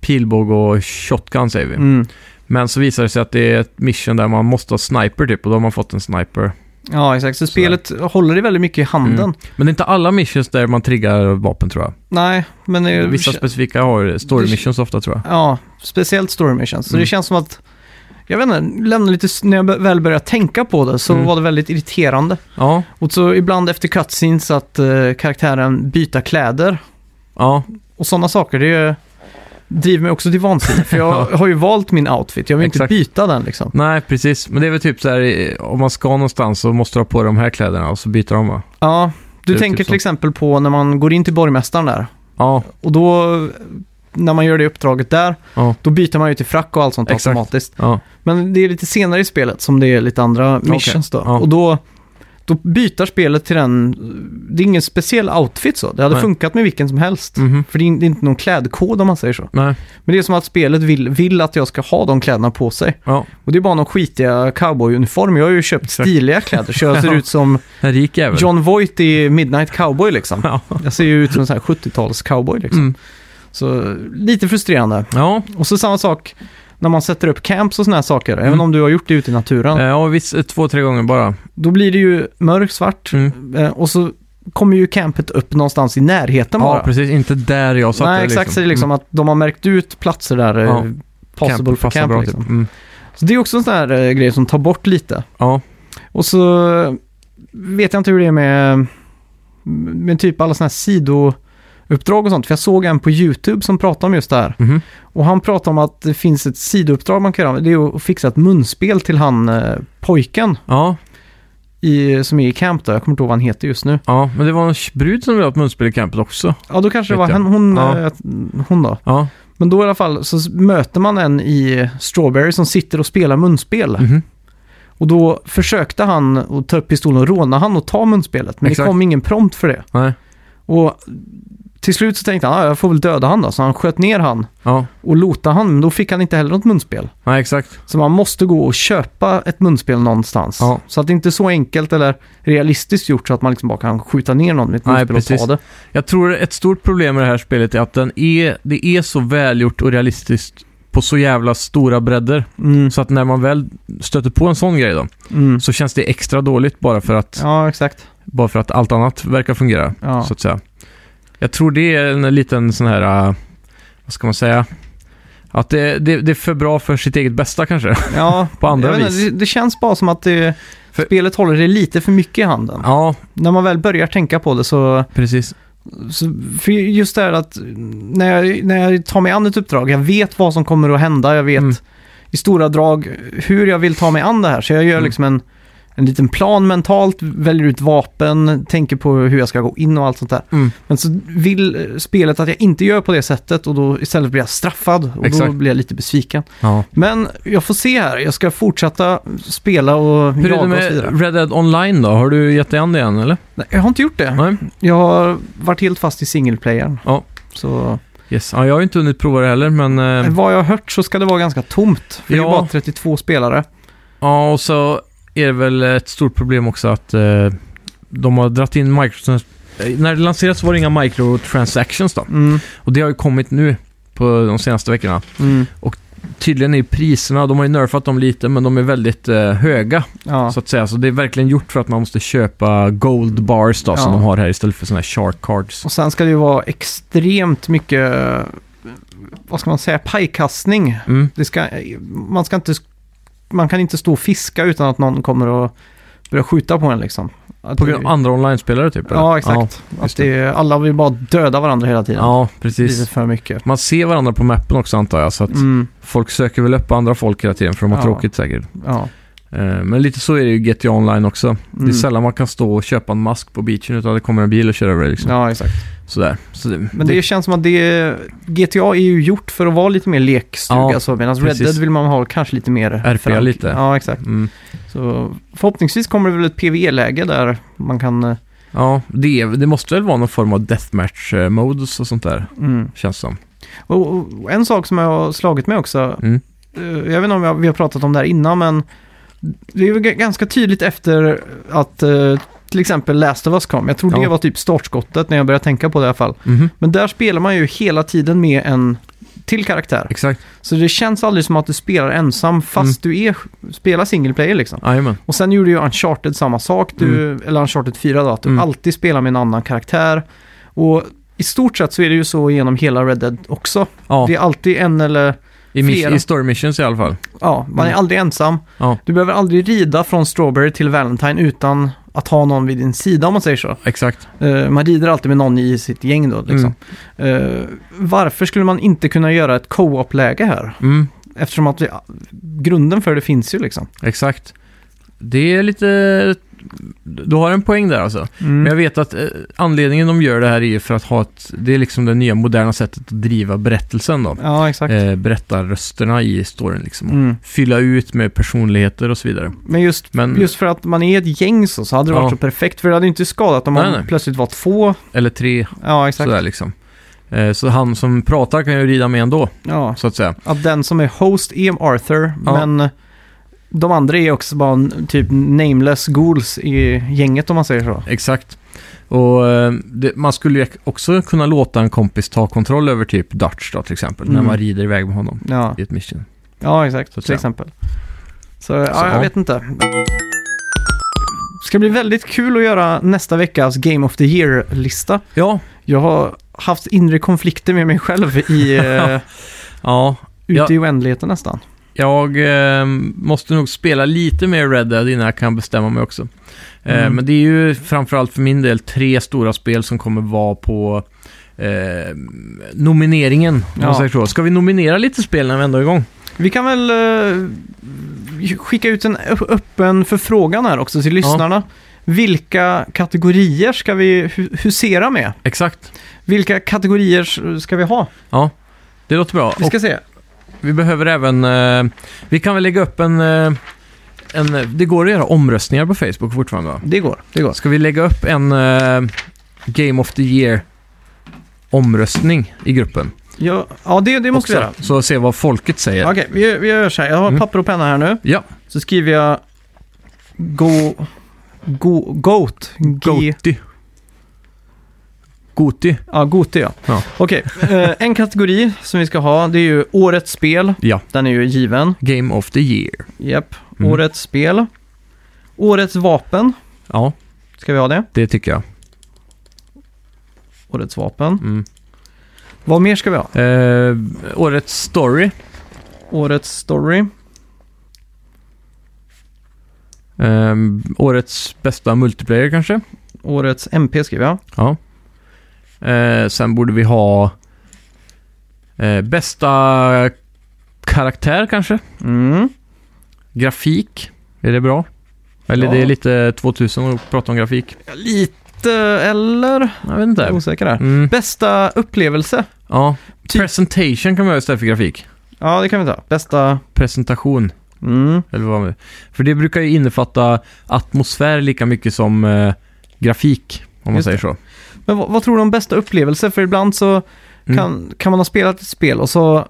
Speaker 2: pilbåge och shotgun säger vi.
Speaker 1: Mm.
Speaker 2: Men så visar det sig att det är ett mission där man måste ha sniper typ och då har man fått en sniper.
Speaker 1: Ja, exakt. Så spelet håller det väldigt mycket i handen.
Speaker 2: Mm. Men det är inte alla missions där man triggar vapen tror jag.
Speaker 1: Nej, men... eh, det-
Speaker 2: Vissa specifika har story
Speaker 1: Mm. det-
Speaker 2: missions ofta tror jag.
Speaker 1: Ja, speciellt story missions. Så
Speaker 2: Mm.
Speaker 1: det känns som att jag vet inte, lämnade lite, s- när jag bör- väl började tänka på det så
Speaker 2: Mm.
Speaker 1: var det väldigt irriterande.
Speaker 2: Ja,
Speaker 1: Och så ibland efter cutscenes att eh, karaktären byta kläder
Speaker 2: ja,
Speaker 1: och sådana saker. Det är, driver mig också till vansinne. För jag
Speaker 2: <laughs>
Speaker 1: har ju valt min outfit, jag vill
Speaker 2: Exakt.
Speaker 1: inte byta den liksom.
Speaker 2: nej precis. Men det är väl typ så här, eh, om man ska någonstans så måste du ha på dig de här kläderna och så byter de va?
Speaker 1: Ja,
Speaker 2: Det
Speaker 1: du
Speaker 2: är
Speaker 1: tänker
Speaker 2: typ så.
Speaker 1: till exempel på när man går in till borgmästaren där.
Speaker 2: Ja,
Speaker 1: Och då, när man gör det uppdraget där,
Speaker 2: Ja.
Speaker 1: då byter man ju till frack och allt sånt
Speaker 2: Exakt.
Speaker 1: automatiskt.
Speaker 2: ja,
Speaker 1: Men det är lite senare i spelet som det är lite andra missions då.
Speaker 2: ja.
Speaker 1: Och då, då byter spelet till den, det är ingen speciell outfit så. Det hade
Speaker 2: Nej.
Speaker 1: funkat med vilken som helst.
Speaker 2: mhm,
Speaker 1: För det är in- det är inte någon klädkod om man säger så.
Speaker 2: nej,
Speaker 1: Men det är som att spelet vill, vill att jag ska ha de kläderna på sig.
Speaker 2: ja.
Speaker 1: Och det är bara någon skitiga cowboyuniform. Jag har ju köpt
Speaker 2: Exakt.
Speaker 1: stiliga kläder så
Speaker 2: <laughs>
Speaker 1: jag ser ut som
Speaker 2: En rik jävel.
Speaker 1: John Voight i Midnight Cowboy liksom.
Speaker 2: Ja.
Speaker 1: Jag ser ju ut som en sån här 70-tals cowboy liksom.
Speaker 2: Mm.
Speaker 1: Så lite frustrerande.
Speaker 2: Ja,
Speaker 1: Och så samma sak när man sätter upp camps och såna här saker.
Speaker 2: Mm.
Speaker 1: Även om du har gjort det ute i naturen.
Speaker 2: eh, ja visst, eh, två, tre gånger bara.
Speaker 1: Då blir det ju mörkt, svart.
Speaker 2: Mm.
Speaker 1: eh, Och så kommer ju campet upp någonstans i närheten
Speaker 2: Ja,
Speaker 1: bara.
Speaker 2: precis. Inte där jag satt
Speaker 1: Nej,
Speaker 2: det,
Speaker 1: exakt. Så det är liksom att de har märkt ut platser där eh,
Speaker 2: Ja. Mm.
Speaker 1: possible for
Speaker 2: passar
Speaker 1: camp.
Speaker 2: bra,
Speaker 1: liksom.
Speaker 2: typ. mm.
Speaker 1: Så det är också en sån här eh, grej som tar bort lite.
Speaker 2: Ja,
Speaker 1: Och så eh, vet jag inte hur det är med, med typ alla såna här sidouppdrag och sånt. För jag såg en på YouTube som pratade om just det här.
Speaker 2: mhm,
Speaker 1: Och han pratade om att det finns ett sidouppdrag man kan göra. Det är att fixa ett munspel till han eh, pojken
Speaker 2: ja,
Speaker 1: i, som är i camp där. Jag kommer inte ihåg vad han heter just nu.
Speaker 2: ja, men det var en brud som ville ha ett munspel i campet också.
Speaker 1: Ja, då kanske det var
Speaker 2: Vet jag.
Speaker 1: hen, hon,
Speaker 2: Ja.
Speaker 1: eh, hon då.
Speaker 2: Ja,
Speaker 1: Men då i alla fall så s- möter man en i Strawberry som sitter och spelar munspel.
Speaker 2: mhm.
Speaker 1: Och då försökte han att ta upp pistolen och råna han och ta munspelet. Men
Speaker 2: Exakt.
Speaker 1: det kom ingen prompt för det.
Speaker 2: nej,
Speaker 1: Och till slut så tänkte han, ah, jag får väl döda han då. Så han sköt ner han
Speaker 2: ja,
Speaker 1: och lotade han, men då fick han inte heller något munspel.
Speaker 2: nej exakt.
Speaker 1: Så man måste gå och köpa ett munspel någonstans.
Speaker 2: Ja.
Speaker 1: Så att det inte är så enkelt eller realistiskt gjort så att man liksom bara kan skjuta ner någon med ett
Speaker 2: Nej,
Speaker 1: munspel och
Speaker 2: precis.
Speaker 1: ta det.
Speaker 2: Jag tror ett stort problem med det här spelet är att den är, det är så välgjort och realistiskt på så jävla stora bredder.
Speaker 1: Mm.
Speaker 2: Så att när man väl stöter på en sån grej då,
Speaker 1: Mm.
Speaker 2: så känns det extra dåligt bara för att,
Speaker 1: Ja, exakt.
Speaker 2: bara för att allt annat verkar fungera.
Speaker 1: Ja.
Speaker 2: Så att säga. Jag tror det är en liten sån här, äh, vad ska man säga? Att det, det, det är för bra för sitt eget bästa kanske.
Speaker 1: Ja,
Speaker 2: På andra
Speaker 1: jag vet inte,
Speaker 2: vis.
Speaker 1: Det, det känns bara som att det,
Speaker 2: För-
Speaker 1: spelet håller det lite för mycket i handen.
Speaker 2: Ja,
Speaker 1: När man väl börjar tänka på det så,
Speaker 2: precis.
Speaker 1: så för just det här att mm, när jag, när jag tar mig an ett uppdrag, jag vet vad som kommer att hända, jag vet
Speaker 2: Mm.
Speaker 1: i stora drag hur jag vill ta mig an det här. Så jag gör
Speaker 2: Mm.
Speaker 1: liksom en, en liten plan mentalt, väljer ut vapen, tänker på hur jag ska gå in och allt sånt där.
Speaker 2: Mm.
Speaker 1: Men så vill eh, spelet att jag inte gör på det sättet och då istället blir jag straffad och då
Speaker 2: Exakt.
Speaker 1: blir jag lite besviken.
Speaker 2: Ja.
Speaker 1: Men jag får se här, jag ska fortsätta spela och
Speaker 2: Hur är
Speaker 1: jaga
Speaker 2: det
Speaker 1: och så vidare.
Speaker 2: med Red Dead Online då? Har du gett dig an det än eller?
Speaker 1: Nej, jag har inte gjort det.
Speaker 2: Nej.
Speaker 1: Jag har varit helt fast i singleplayern.
Speaker 2: Ja.
Speaker 1: Så
Speaker 2: Yes. Ja, jag har ju inte hunnit prova det heller, men... eh,
Speaker 1: vad jag har hört så ska det vara ganska tomt. För det är
Speaker 2: Ja.
Speaker 1: bara 32 spelare.
Speaker 2: Ja, och så är det väl ett stort problem också att eh, de har dragit in microtrans... eh, När det lanserades var det inga microtransactions då.
Speaker 1: Mm.
Speaker 2: Och det har ju kommit nu på de senaste veckorna.
Speaker 1: Mm.
Speaker 2: Tydligen är priserna, de har ju nerfat dem lite, men de är väldigt eh, höga
Speaker 1: Ja.
Speaker 2: så att säga. Så det är verkligen gjort för att man måste köpa gold bars då, som
Speaker 1: Ja.
Speaker 2: de har här istället för sådana här shark cards.
Speaker 1: Och sen ska det ju vara extremt mycket, eh, vad ska man säga, pajkastning.
Speaker 2: Mm.
Speaker 1: Det ska, eh, man, ska inte, man kan inte stå och fiska utan att någon kommer och börjar skjuta på en liksom. Att
Speaker 2: På grund av andra online-spelare typ? eller?
Speaker 1: Ja, exakt. att
Speaker 2: just
Speaker 1: det. är- alla vill bara döda varandra hela tiden.
Speaker 2: Ja,
Speaker 1: det blir
Speaker 2: precis.
Speaker 1: för mycket.
Speaker 2: Man ser varandra på mappen också antar jag, så att
Speaker 1: Mm,
Speaker 2: folk söker väl upp andra folk hela tiden för de har
Speaker 1: Ja.
Speaker 2: tråkigt säkert.
Speaker 1: ja.
Speaker 2: Eh, Men lite så är det ju i GTA Online också. Det är
Speaker 1: Mm.
Speaker 2: sällan man kan stå och köpa en mask på beachen utan det kommer en bil och kör över dig liksom.
Speaker 1: ja, exakt.
Speaker 2: Sådär. Så det,
Speaker 1: Men det känns som att det, GTA är ju gjort för att vara lite mer lekstuga
Speaker 2: Ja,
Speaker 1: så, medan Red
Speaker 2: precis.
Speaker 1: Dead vill man ha kanske lite mer... förankring.
Speaker 2: lite.
Speaker 1: Ja, exakt.
Speaker 2: Mm.
Speaker 1: Så förhoppningsvis kommer det väl ett PVE-läge där man kan... eh,
Speaker 2: Ja, det, är- det måste väl vara någon form av deathmatch-modes och sånt där,
Speaker 1: Mm.
Speaker 2: känns som.
Speaker 1: Och, och en sak som jag har slagit med också,
Speaker 2: Mm.
Speaker 1: eh, jag vet inte om jag, vi har pratat om det här innan, men det är ju g- ganska tydligt efter att eh, till exempel Last of Us kom. Jag tror det
Speaker 2: Ja.
Speaker 1: var typ startskottet när jag började tänka på det i alla fall.
Speaker 2: Mhm.
Speaker 1: Men där spelar man ju hela tiden med en till karaktär.
Speaker 2: Exakt,
Speaker 1: Så det känns aldrig som att du spelar ensam fast
Speaker 2: Mm.
Speaker 1: du är, spelar single player liksom.
Speaker 2: jajamän.
Speaker 1: Och sen gjorde ju Uncharted samma sak, du, eller Uncharted 4 då, att du
Speaker 2: Mm.
Speaker 1: alltid spelar med en annan karaktär. Och i stort sett så är det ju så genom hela Red Dead också.
Speaker 2: Ja,
Speaker 1: Det är alltid en eller
Speaker 2: I, mis-
Speaker 1: Flera.
Speaker 2: I story missions i alla fall.
Speaker 1: Ja, man är
Speaker 2: Mm.
Speaker 1: aldrig ensam.
Speaker 2: Ja.
Speaker 1: Du behöver aldrig rida från Strawberry till Valentine utan att ha någon vid din sida om man säger så.
Speaker 2: Exakt.
Speaker 1: Eh, man rider alltid med någon i sitt gäng då liksom. Eh, varför skulle man inte kunna göra ett co-op-läge här?
Speaker 2: Mm,
Speaker 1: Eftersom att vi, grunden för det finns ju liksom.
Speaker 2: exakt. Det är lite... Du har en poäng där
Speaker 1: Mm.
Speaker 2: alltså. Men jag vet att eh, anledningen de gör det här är ju för att ha ett... Det är liksom det nya moderna sättet att driva berättelsen då.
Speaker 1: Ja, exakt.
Speaker 2: Eh, berättarrösterna i storyn liksom.
Speaker 1: Mm.
Speaker 2: Fylla ut med personligheter och så vidare.
Speaker 1: Men, just,
Speaker 2: Men-
Speaker 1: just för att man är ett gäng så, så hade det varit
Speaker 2: Mm. Ja.
Speaker 1: så perfekt. För det hade ju inte skadat om man
Speaker 2: Nej, nej.
Speaker 1: plötsligt var två.
Speaker 2: Eller tre,
Speaker 1: Ja, exakt.
Speaker 2: sådär liksom. Eh, så han som pratar kan ju rida med ändå,
Speaker 1: Ja.
Speaker 2: så att säga.
Speaker 1: Att den som är host är Arthur,
Speaker 2: Ja.
Speaker 1: men eh, de andra är också bara en typ nameless ghouls i gänget om man säger så.
Speaker 2: Exakt. Och eh, det, man skulle ju också kunna låta en kompis ta kontroll över typ Dutch då till exempel, när
Speaker 1: Mm.
Speaker 2: man rider iväg med honom
Speaker 1: Ja,
Speaker 2: i ett mission.
Speaker 1: ja exakt.
Speaker 2: Så att
Speaker 1: till
Speaker 2: säga.
Speaker 1: exempel. Så, ja, jag
Speaker 2: ja.
Speaker 1: vet inte. Det ska bli väldigt kul att göra nästa veckas Game of the Year-lista.
Speaker 2: Ja,
Speaker 1: Jag har haft inre konflikter med mig själv
Speaker 2: <laughs>
Speaker 1: i, eh,
Speaker 2: ja.
Speaker 1: ute
Speaker 2: Ja.
Speaker 1: i oändligheten nästan.
Speaker 2: Jag eh, måste nog spela lite mer Red Dead innan jag kan bestämma mig också. Eh,
Speaker 1: Mm.
Speaker 2: Men det är ju framförallt för min del tre stora spel som kommer vara på eh, nomineringen. Om
Speaker 1: Ja.
Speaker 2: man säger så. Ska vi nominera lite spel när vi ändå är igång?
Speaker 1: Vi kan väl eh, skicka ut en ö- öppen förfrågan här också till lyssnarna. Vilka kategorier ska vi hu- husera med?
Speaker 2: Exakt.
Speaker 1: Vilka kategorier eh, ska vi ha?
Speaker 2: Ja, det låter bra.
Speaker 1: Vi ska se.
Speaker 2: Vi behöver även... Eh, vi kan väl lägga upp en, eh, en... Det går att göra omröstningar på Facebook fortfarande va?
Speaker 1: Det går, det går.
Speaker 2: Ska vi lägga upp en eh, Game of the Year omröstning i gruppen?
Speaker 1: Ja, ja det, det måste vi göra.
Speaker 2: också, Så se vad folket säger.
Speaker 1: Okej, vi, vi gör så här. Jag har
Speaker 2: Mm.
Speaker 1: papper och penna här nu.
Speaker 2: Ja,
Speaker 1: Så skriver jag go, go, Goat. G,
Speaker 2: Goti. Goti.
Speaker 1: ja, Gote ja.
Speaker 2: Ja.
Speaker 1: Okej, eh, en kategori som vi ska ha det är ju Årets spel.
Speaker 2: Ja,
Speaker 1: Den är ju given.
Speaker 2: Game of the Year.
Speaker 1: Japp,
Speaker 2: Mm.
Speaker 1: årets spel. Årets vapen,
Speaker 2: Ja,
Speaker 1: ska vi ha det?
Speaker 2: det tycker jag.
Speaker 1: Årets vapen.
Speaker 2: Mm.
Speaker 1: Vad mer ska vi ha?
Speaker 2: Eh, årets story.
Speaker 1: Årets story.
Speaker 2: Eh, årets bästa multiplayer kanske.
Speaker 1: Årets MP skriver jag.
Speaker 2: Ja. Eh, sen borde vi ha eh, bästa karaktär kanske.
Speaker 1: Mm.
Speaker 2: Grafik. Är det bra? Eller
Speaker 1: Ja.
Speaker 2: det är lite 2000 att prata om grafik.
Speaker 1: Lite, eller?
Speaker 2: Jag vet inte.
Speaker 1: Jag är osäker där.
Speaker 2: Mm.
Speaker 1: Bästa upplevelse?
Speaker 2: Ja.
Speaker 1: Typ-
Speaker 2: Presentation kan man göra istället för grafik.
Speaker 1: Ja, det kan vi ta. Bästa...
Speaker 2: Presentation.
Speaker 1: Mm.
Speaker 2: Eller vad man För det brukar ju innefatta atmosfär lika mycket som eh, grafik. Om man
Speaker 1: Just
Speaker 2: säger så.
Speaker 1: Men vad, vad tror du om bästa upplevelse? För ibland så
Speaker 2: Mm.
Speaker 1: kan, kan man ha spelat ett spel och så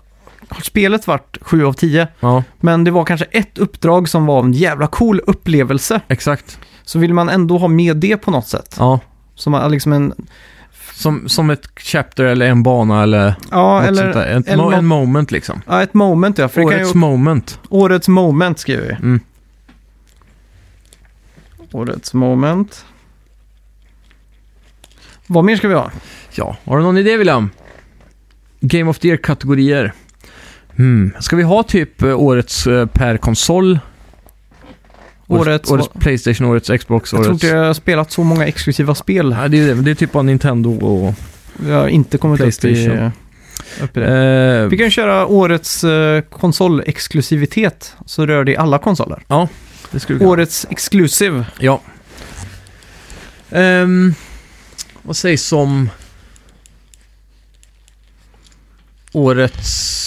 Speaker 1: har spelet varit 7 av 10.
Speaker 2: Ja,
Speaker 1: Men det var kanske ett uppdrag som var en jävla cool upplevelse.
Speaker 2: exakt.
Speaker 1: Så vill man ändå ha med det på något sätt.
Speaker 2: Ja.
Speaker 1: Som är liksom en
Speaker 2: Som, som ett chapter eller en bana eller
Speaker 1: Ja,
Speaker 2: något
Speaker 1: eller
Speaker 2: sånt där. En,
Speaker 1: eller
Speaker 2: mo-
Speaker 1: mo-
Speaker 2: en moment liksom.
Speaker 1: ja, ett moment ja. För årets,
Speaker 2: Årets
Speaker 1: det kan ju,
Speaker 2: moment.
Speaker 1: årets moment skriver vi.
Speaker 2: Mm.
Speaker 1: Årets moment. Vad mer ska vi ha?
Speaker 2: Ja, har du någon idé William? Game of the Year-kategorier. Hmm. Ska vi ha typ eh, årets eh, per konsol?
Speaker 1: Årets-
Speaker 2: årets Playstation, årets Xbox,
Speaker 1: Jag tror
Speaker 2: årets...
Speaker 1: inte jag har spelat så många exklusiva spel här.
Speaker 2: Nej, det är ju det. Men Det är typ bara Nintendo och...
Speaker 1: Jag har inte kommit upp i,
Speaker 2: PlayStation.
Speaker 1: upp i det.
Speaker 2: Eh,
Speaker 1: Vi kan köra årets eh, konsolexklusivitet, så rör det alla konsoler.
Speaker 2: det skulle vi kunna.
Speaker 1: Årets exclusive.
Speaker 2: Ja. Ehm, vad sägs om... Årets...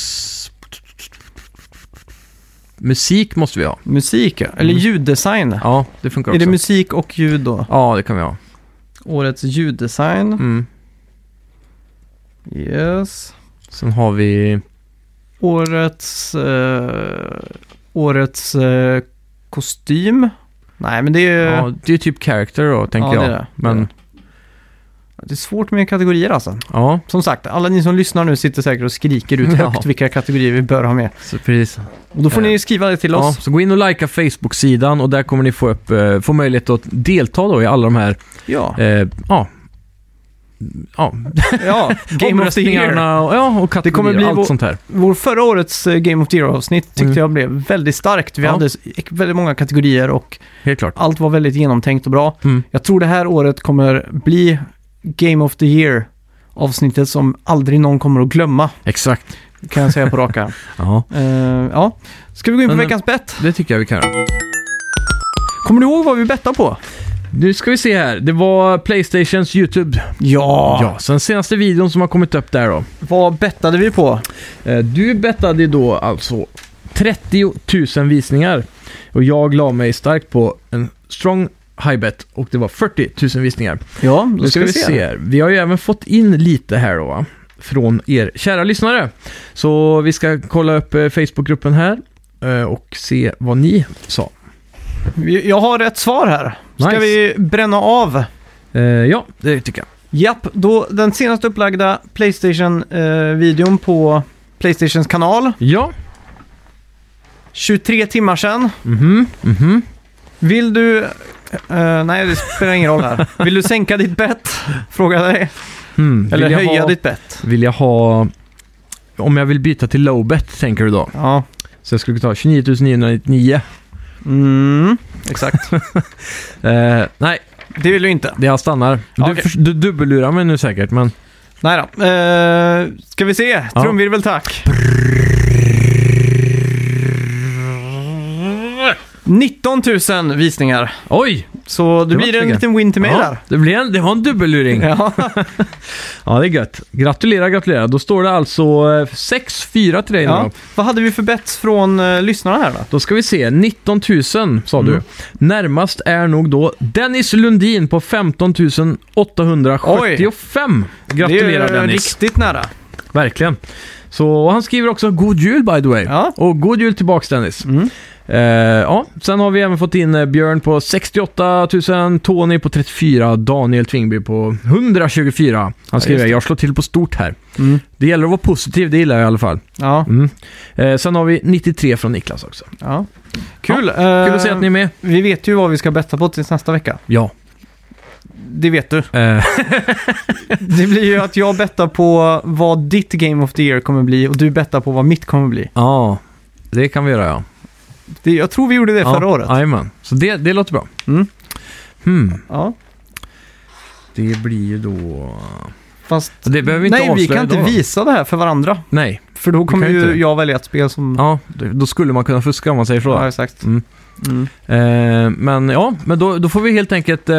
Speaker 2: Musik måste vi ha.
Speaker 1: Musik, ja. eller
Speaker 2: Mm.
Speaker 1: ljuddesign.
Speaker 2: Ja, det funkar
Speaker 1: är
Speaker 2: också.
Speaker 1: det musik och ljud då?
Speaker 2: Ja, det kan vi ha.
Speaker 1: Årets ljuddesign.
Speaker 2: Mm.
Speaker 1: Yes.
Speaker 2: Sen har vi...
Speaker 1: Eh. Årets... eh, årets eh, kostym? Nej, men det är...
Speaker 2: Ja, det är typ character då, tänker
Speaker 1: ja, det
Speaker 2: jag.
Speaker 1: är det.
Speaker 2: Men,
Speaker 1: Det är Det är svårt med kategorier alltså.
Speaker 2: ja,
Speaker 1: Som sagt, alla ni som lyssnar nu sitter säkert och skriker ut
Speaker 2: <laughs> Ja.
Speaker 1: högt vilka kategorier vi bör ha med.
Speaker 2: så precis.
Speaker 1: Och då får
Speaker 2: Eh,
Speaker 1: ni skriva det till
Speaker 2: Ja,
Speaker 1: oss.
Speaker 2: så gå in och likea Facebook-sidan och där kommer ni få, upp, eh, få möjlighet att delta då i alla de här
Speaker 1: Ja.
Speaker 2: eh, ja, ja, <laughs>
Speaker 1: Ja, Game of the Year.
Speaker 2: omröstningarna och, ja, och
Speaker 1: Det kommer
Speaker 2: kategorier
Speaker 1: bli
Speaker 2: och allt
Speaker 1: vår-
Speaker 2: sånt här.
Speaker 1: Vår förra årets eh, Game of the Year-avsnitt tyckte
Speaker 2: Mm.
Speaker 1: jag blev väldigt starkt. Vi
Speaker 2: Ja.
Speaker 1: hade s- väldigt många kategorier och
Speaker 2: Helt klart.
Speaker 1: allt var väldigt genomtänkt och bra.
Speaker 2: Mm.
Speaker 1: Jag tror det här året kommer bli Game of the Year-avsnittet som aldrig någon kommer att glömma,
Speaker 2: Exakt.
Speaker 1: kan jag säga på rak
Speaker 2: <laughs>
Speaker 1: arm.
Speaker 2: Ja,
Speaker 1: Eh, ja. Ska vi gå in på
Speaker 2: Men- eh,
Speaker 1: veckans bett?
Speaker 2: det tycker jag vi kan göra.
Speaker 1: Kommer du ihåg vad vi bettade på?
Speaker 2: Nu ska vi se här. Det var Playstations YouTube.
Speaker 1: Ja!
Speaker 2: Ja, sen senaste videon som har kommit upp där då.
Speaker 1: Vad bettade vi på?
Speaker 2: Eh, Du bettade ju då alltså 30 000 visningar. Och jag la mig starkt på en strong high bet och det var 40 000 visningar.
Speaker 1: Ja,
Speaker 2: Då ska vi se. här. Vi har ju även fått in lite här då, va? Från er kära lyssnare. Så vi ska kolla upp eh, Facebookgruppen här eh, och se vad ni sa.
Speaker 1: Vi- Jag har ett svar här. Ska
Speaker 2: Nice.
Speaker 1: vi bränna av?
Speaker 2: Eh, Ja, det tycker jag.
Speaker 1: Japp, då den senast upplagda Playstation-videon på Playstations kanal,
Speaker 2: Ja.
Speaker 1: 23 timmar sedan.
Speaker 2: Mhm, mhm.
Speaker 1: Vill du... eh, nej, det spelar ingen roll här. Vill du sänka ditt bett? Frågar jag dig.
Speaker 2: Hmm,
Speaker 1: Eller
Speaker 2: vill jag
Speaker 1: höja
Speaker 2: ha,
Speaker 1: ditt bett.
Speaker 2: Vill jag ha... Om jag vill byta till low bet, tänker du då?
Speaker 1: Ja.
Speaker 2: Så jag skulle ta 29 999.
Speaker 1: Mm, exakt.
Speaker 2: Eh, nej,
Speaker 1: Det vill du inte.
Speaker 2: det jag stannar. Du,
Speaker 1: Okej.
Speaker 2: förs- du dubbellurar mig nu säkert, men...
Speaker 1: Nej då. Eh, ska vi se?
Speaker 2: Ja.
Speaker 1: Trumvirvel tack. 19 000 visningar.
Speaker 2: Oj!
Speaker 1: Så det
Speaker 2: Det var
Speaker 1: blir en
Speaker 2: snygga.
Speaker 1: liten win till mig
Speaker 2: Ja,
Speaker 1: där.
Speaker 2: det, blev en, det var en dubbelluring.
Speaker 1: Ja.
Speaker 2: Ja, det är gött. Gratulerar, gratulerar. Då står det alltså eh, 6-4 till dig nu
Speaker 1: ja.
Speaker 2: då.
Speaker 1: Vad hade vi för bets från eh, lyssnarna här då?
Speaker 2: Då ska vi se, 19 000 sa
Speaker 1: Mm.
Speaker 2: du. Närmast är nog då Dennis Lundin på 15 875. Gratulerar
Speaker 1: det är ju
Speaker 2: Dennis.
Speaker 1: riktigt nära.
Speaker 2: Verkligen. Så, och han skriver också God Jul by the way.
Speaker 1: Ja.
Speaker 2: Och God Jul tillbaks Dennis.
Speaker 1: Mm.
Speaker 2: Eh, ja. Sen har vi även fått in eh, Björn på 68 000, Tony på 34, Daniel Tvingby på 124. Han skriver
Speaker 1: just det.
Speaker 2: jag slår till på stort här. Det gäller att vara positiv, det gillar jag i alla fall.
Speaker 1: Ja,
Speaker 2: Mm. Eh, sen har vi 93 från Niklas också.
Speaker 1: ja. Kul.
Speaker 2: Kul
Speaker 1: eh,
Speaker 2: att se att ni är med.
Speaker 1: Vi vet ju vad vi ska betta på tills nästa vecka.
Speaker 2: Ja.
Speaker 1: Det vet du.
Speaker 2: Eh,
Speaker 1: <laughs>
Speaker 2: <laughs>
Speaker 1: Det blir ju att jag bettar på vad ditt Game of the Year kommer bli och du bettar på vad mitt kommer bli.
Speaker 2: ja, det kan vi göra ja.
Speaker 1: Det, jag tror vi gjorde det förra
Speaker 2: ja,
Speaker 1: året.
Speaker 2: Jajamän, så det, det låter bra.
Speaker 1: Mm.
Speaker 2: Hmm.
Speaker 1: Ja,
Speaker 2: Det blir ju då...
Speaker 1: fast...
Speaker 2: Så det behöver vi inte
Speaker 1: Nej, vi
Speaker 2: avslöja
Speaker 1: kan inte
Speaker 2: idag.
Speaker 1: visa det här för varandra.
Speaker 2: Nej,
Speaker 1: För då kommer
Speaker 2: kan
Speaker 1: ju
Speaker 2: inte.
Speaker 1: jag välja ett spel som...
Speaker 2: ja, då då skulle man kunna fuska om man säger så.
Speaker 1: Ja, exakt.
Speaker 2: Mm.
Speaker 1: Mm.
Speaker 2: Eh, men ja, men då, då får vi helt enkelt eh,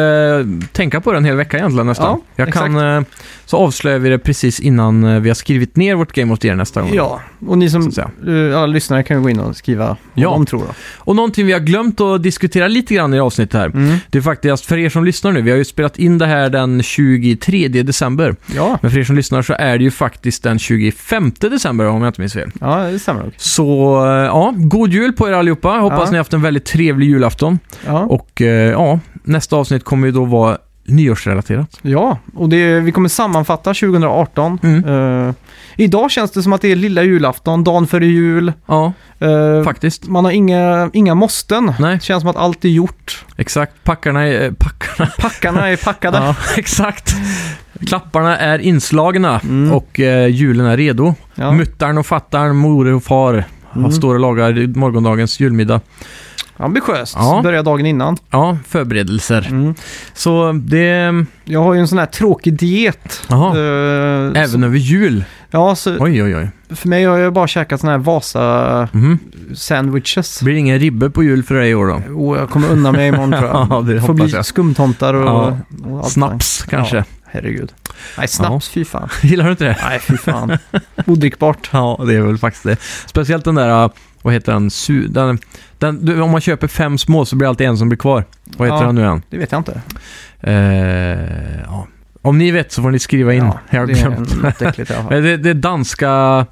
Speaker 2: tänka på det en hel vecka egentligen nästan.
Speaker 1: Ja,
Speaker 2: Jag kan, eh, så avslöjar vi det precis innan eh, vi har skrivit ner vårt Game of the Year nästa gång.
Speaker 1: Ja, och ni
Speaker 2: Så
Speaker 1: som
Speaker 2: att säga.
Speaker 1: eh, alla lyssnare kan ju gå in och skriva vad
Speaker 2: Ja.
Speaker 1: de tror. Då.
Speaker 2: Och någonting vi har glömt att diskutera lite grann i avsnittet här.
Speaker 1: Mm.
Speaker 2: Det är faktiskt för er som lyssnar nu, vi har ju spelat in det här den 23 december.
Speaker 1: Ja.
Speaker 2: Men för er som lyssnar så är det ju faktiskt den 25 december om jag inte minns fel.
Speaker 1: ja, det stämmer nog.
Speaker 2: Så eh, ja, god jul på er allihopa. Hoppas
Speaker 1: Ja.
Speaker 2: ni har haft en väldigt trevlig julafton.
Speaker 1: Ja.
Speaker 2: Och eh, ja, nästa avsnitt kommer ju då vara nyårsrelaterat.
Speaker 1: ja, och det, vi kommer sammanfatta 2018.
Speaker 2: Mm.
Speaker 1: Eh, idag känns det som att det är lilla julafton, dagen före jul.
Speaker 2: Ja,
Speaker 1: Eh,
Speaker 2: faktiskt.
Speaker 1: man har inga, inga måsten.
Speaker 2: Nej.
Speaker 1: Det känns som att allt är gjort.
Speaker 2: Exakt. Packarna är... eh, Packarna. <laughs>
Speaker 1: Packarna är packade.
Speaker 2: Ja, exakt. Klapparna är inslagna
Speaker 1: Mm.
Speaker 2: och eh, julen är redo.
Speaker 1: Ja.
Speaker 2: Muttarn och fattarn, mor och far
Speaker 1: Mm.
Speaker 2: står och lagar morgondagens julmiddag.
Speaker 1: Ambitiöst.
Speaker 2: Ja.
Speaker 1: Börja dagen innan.
Speaker 2: Ja, förberedelser.
Speaker 1: Mm.
Speaker 2: Så det...
Speaker 1: Jag har ju en sån här tråkig diet.
Speaker 2: Jaha,
Speaker 1: Eh, så,
Speaker 2: även över jul.
Speaker 1: ja, så
Speaker 2: Oj, oj, oj.
Speaker 1: för mig har jag bara käkat såna här
Speaker 2: Mhm.
Speaker 1: Vasa-sandwiches.
Speaker 2: Blir det ingen ribbe på jul för dig i år då?
Speaker 1: Oh, jag kommer undan mig imorgon tror jag.
Speaker 2: <laughs> Ja, det
Speaker 1: Får
Speaker 2: hoppas
Speaker 1: bli
Speaker 2: jag.
Speaker 1: skumtomtar och,
Speaker 2: Ja.
Speaker 1: och allt
Speaker 2: Snaps kanske. <laughs>
Speaker 1: Ja. Herregud. Nej, snaps, fy fan.
Speaker 2: Gillar du inte det?
Speaker 1: Nej, fy
Speaker 2: <laughs>
Speaker 1: fan. Odrickbart.
Speaker 2: Ja, det är väl faktiskt det. Speciellt den där, äh, vad heter den, Su- den, den du, om man köper fem små så blir det alltid en som blir kvar. Vad heter
Speaker 1: Ja.
Speaker 2: den nu igen?
Speaker 1: Det vet jag inte.
Speaker 2: Eh, ja. Om ni vet så får ni skriva in. jag har
Speaker 1: det är
Speaker 2: glömt.
Speaker 1: något äckligt i alla
Speaker 2: <laughs>
Speaker 1: fall.
Speaker 2: Men det, det är danska,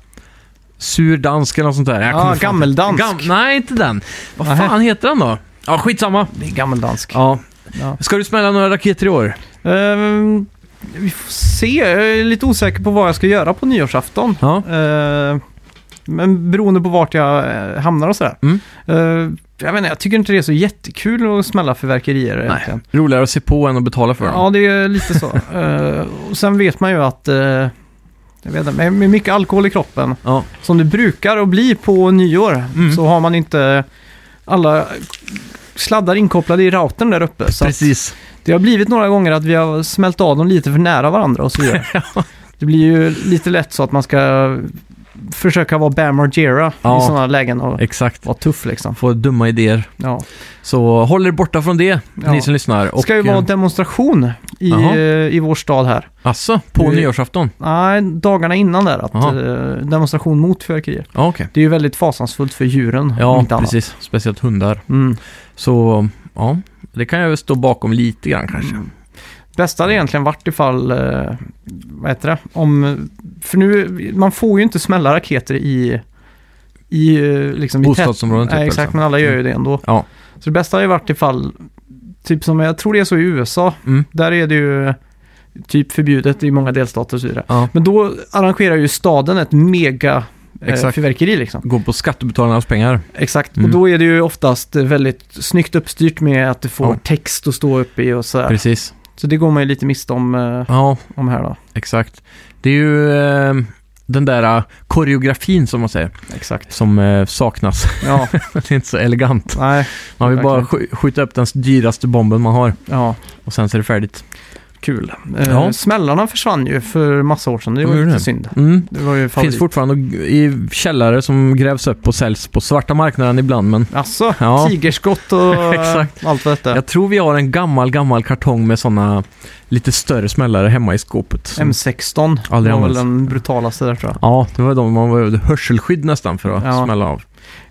Speaker 2: surdansk eller något sånt där. Jag kommer
Speaker 1: Ja,
Speaker 2: fan-
Speaker 1: gammeldansk.
Speaker 2: Gam, nej, inte den. Vad
Speaker 1: Nähä.
Speaker 2: fan heter den då? Ja, skitsamma.
Speaker 1: Det är gammeldansk.
Speaker 2: Ja.
Speaker 1: Ja.
Speaker 2: Ska du smälla några raketer i år?
Speaker 1: Ehm, vi får se. Jag är lite osäker på vad jag ska göra på nyårsafton.
Speaker 2: Ja.
Speaker 1: Ehm, men beroende på vart jag eh, hamnar och sådär.
Speaker 2: Mm.
Speaker 1: Ehm, jag vet inte, jag tycker inte det är så jättekul att smälla fyrverkerier egentligen.
Speaker 2: Roligare att se på än att betala för dem.
Speaker 1: Ja, det är lite
Speaker 2: <laughs>
Speaker 1: så. Eh, och sen vet man ju att eh, jag vet inte, med, med mycket alkohol i kroppen,
Speaker 2: Ja.
Speaker 1: som det brukar att bli på nyår,
Speaker 2: Mm.
Speaker 1: så har man inte alla sladdar inkopplade i routern där uppe. Så att
Speaker 2: Precis.
Speaker 1: det har blivit några gånger att vi har smält av dem lite för nära varandra och så
Speaker 2: <laughs>
Speaker 1: vidare. Det blir ju lite lätt så att man ska försöka vara Bam Margera
Speaker 2: Ja.
Speaker 1: i sådana lägen och
Speaker 2: Exakt.
Speaker 1: vara tuff liksom.
Speaker 2: Få dumma idéer.
Speaker 1: Ja.
Speaker 2: Så håll er borta från det,
Speaker 1: Ja.
Speaker 2: ni som lyssnar.
Speaker 1: Det
Speaker 2: Och,
Speaker 1: ska ju vara
Speaker 2: eh,
Speaker 1: demonstration i,
Speaker 2: Jaha.
Speaker 1: eh, i vår stad här.
Speaker 2: Alltså, på
Speaker 1: Du-
Speaker 2: nyårsafton?
Speaker 1: Nej, dagarna innan där. Att, eh,
Speaker 2: Jaha.
Speaker 1: demonstration mot fyrverkerier.
Speaker 2: Ja, okej.
Speaker 1: Det är ju väldigt fasansfullt för djuren. om
Speaker 2: Ja,
Speaker 1: inte annat.
Speaker 2: precis. Speciellt hundar.
Speaker 1: Mm.
Speaker 2: Så, ja. Det kan jag väl stå bakom lite grann kanske.
Speaker 1: Bästa hade egentligen varit ifall, eh, vad heter det, om, för nu, man får ju inte smälla raketer i, i eh, liksom i
Speaker 2: Bostadsområden
Speaker 1: typ.
Speaker 2: typ,
Speaker 1: Nej,
Speaker 2: eller
Speaker 1: exakt,
Speaker 2: så.
Speaker 1: men alla gör ju det ändå.
Speaker 2: Ja.
Speaker 1: Så det bästa hade ju varit ifall, typ som jag tror det är så i USA,
Speaker 2: Mm.
Speaker 1: där är det ju typ förbjudet i många delstater och så vidare.
Speaker 2: Ja.
Speaker 1: Men då arrangerar ju staden ett mega eh,
Speaker 2: Exakt.
Speaker 1: fyrverkeri liksom.
Speaker 2: Gå på skattebetalarnas pengar.
Speaker 1: Exakt,
Speaker 2: Mm.
Speaker 1: och då är det ju oftast eh, väldigt snyggt uppstyrt med att du får
Speaker 2: Ja.
Speaker 1: text att stå uppe i och sådär.
Speaker 2: Precis.
Speaker 1: Så det går man ju lite miste om, eh,
Speaker 2: Ja,
Speaker 1: om här då.
Speaker 2: exakt. Det är ju eh, den där eh, koreografin som man säger,
Speaker 1: Exakt.
Speaker 2: som eh, saknas. <laughs>
Speaker 1: Ja,
Speaker 2: det är inte så elegant.
Speaker 1: nej,
Speaker 2: Man vill bara sk- skjuta upp den dyraste bomben man har
Speaker 1: ja,
Speaker 2: och sen så är det färdigt.
Speaker 1: kul.
Speaker 2: Ja.
Speaker 1: Eh, smällarna försvann ju för massa år sedan, det
Speaker 2: De
Speaker 1: var ju
Speaker 2: gjorde
Speaker 1: lite
Speaker 2: det.
Speaker 1: synd.
Speaker 2: Mm.
Speaker 1: Det var ju
Speaker 2: Finns
Speaker 1: favorit.
Speaker 2: fortfarande i källare som grävs upp och säljs på svarta marknaden ibland, men
Speaker 1: Alltså,
Speaker 2: Ja.
Speaker 1: tigerskott och eh,
Speaker 2: <laughs> Exakt.
Speaker 1: allt vad det
Speaker 2: jag tror vi har en gammal, gammal kartong med sådana lite större smällare hemma i skåpet. som-
Speaker 1: M16
Speaker 2: Aldrig
Speaker 1: var väl
Speaker 2: använts.
Speaker 1: den brutalaste där tror jag.
Speaker 2: Ja, det var de man behövde hörselskydd nästan för att
Speaker 1: Ja.
Speaker 2: smälla av.
Speaker 1: jag.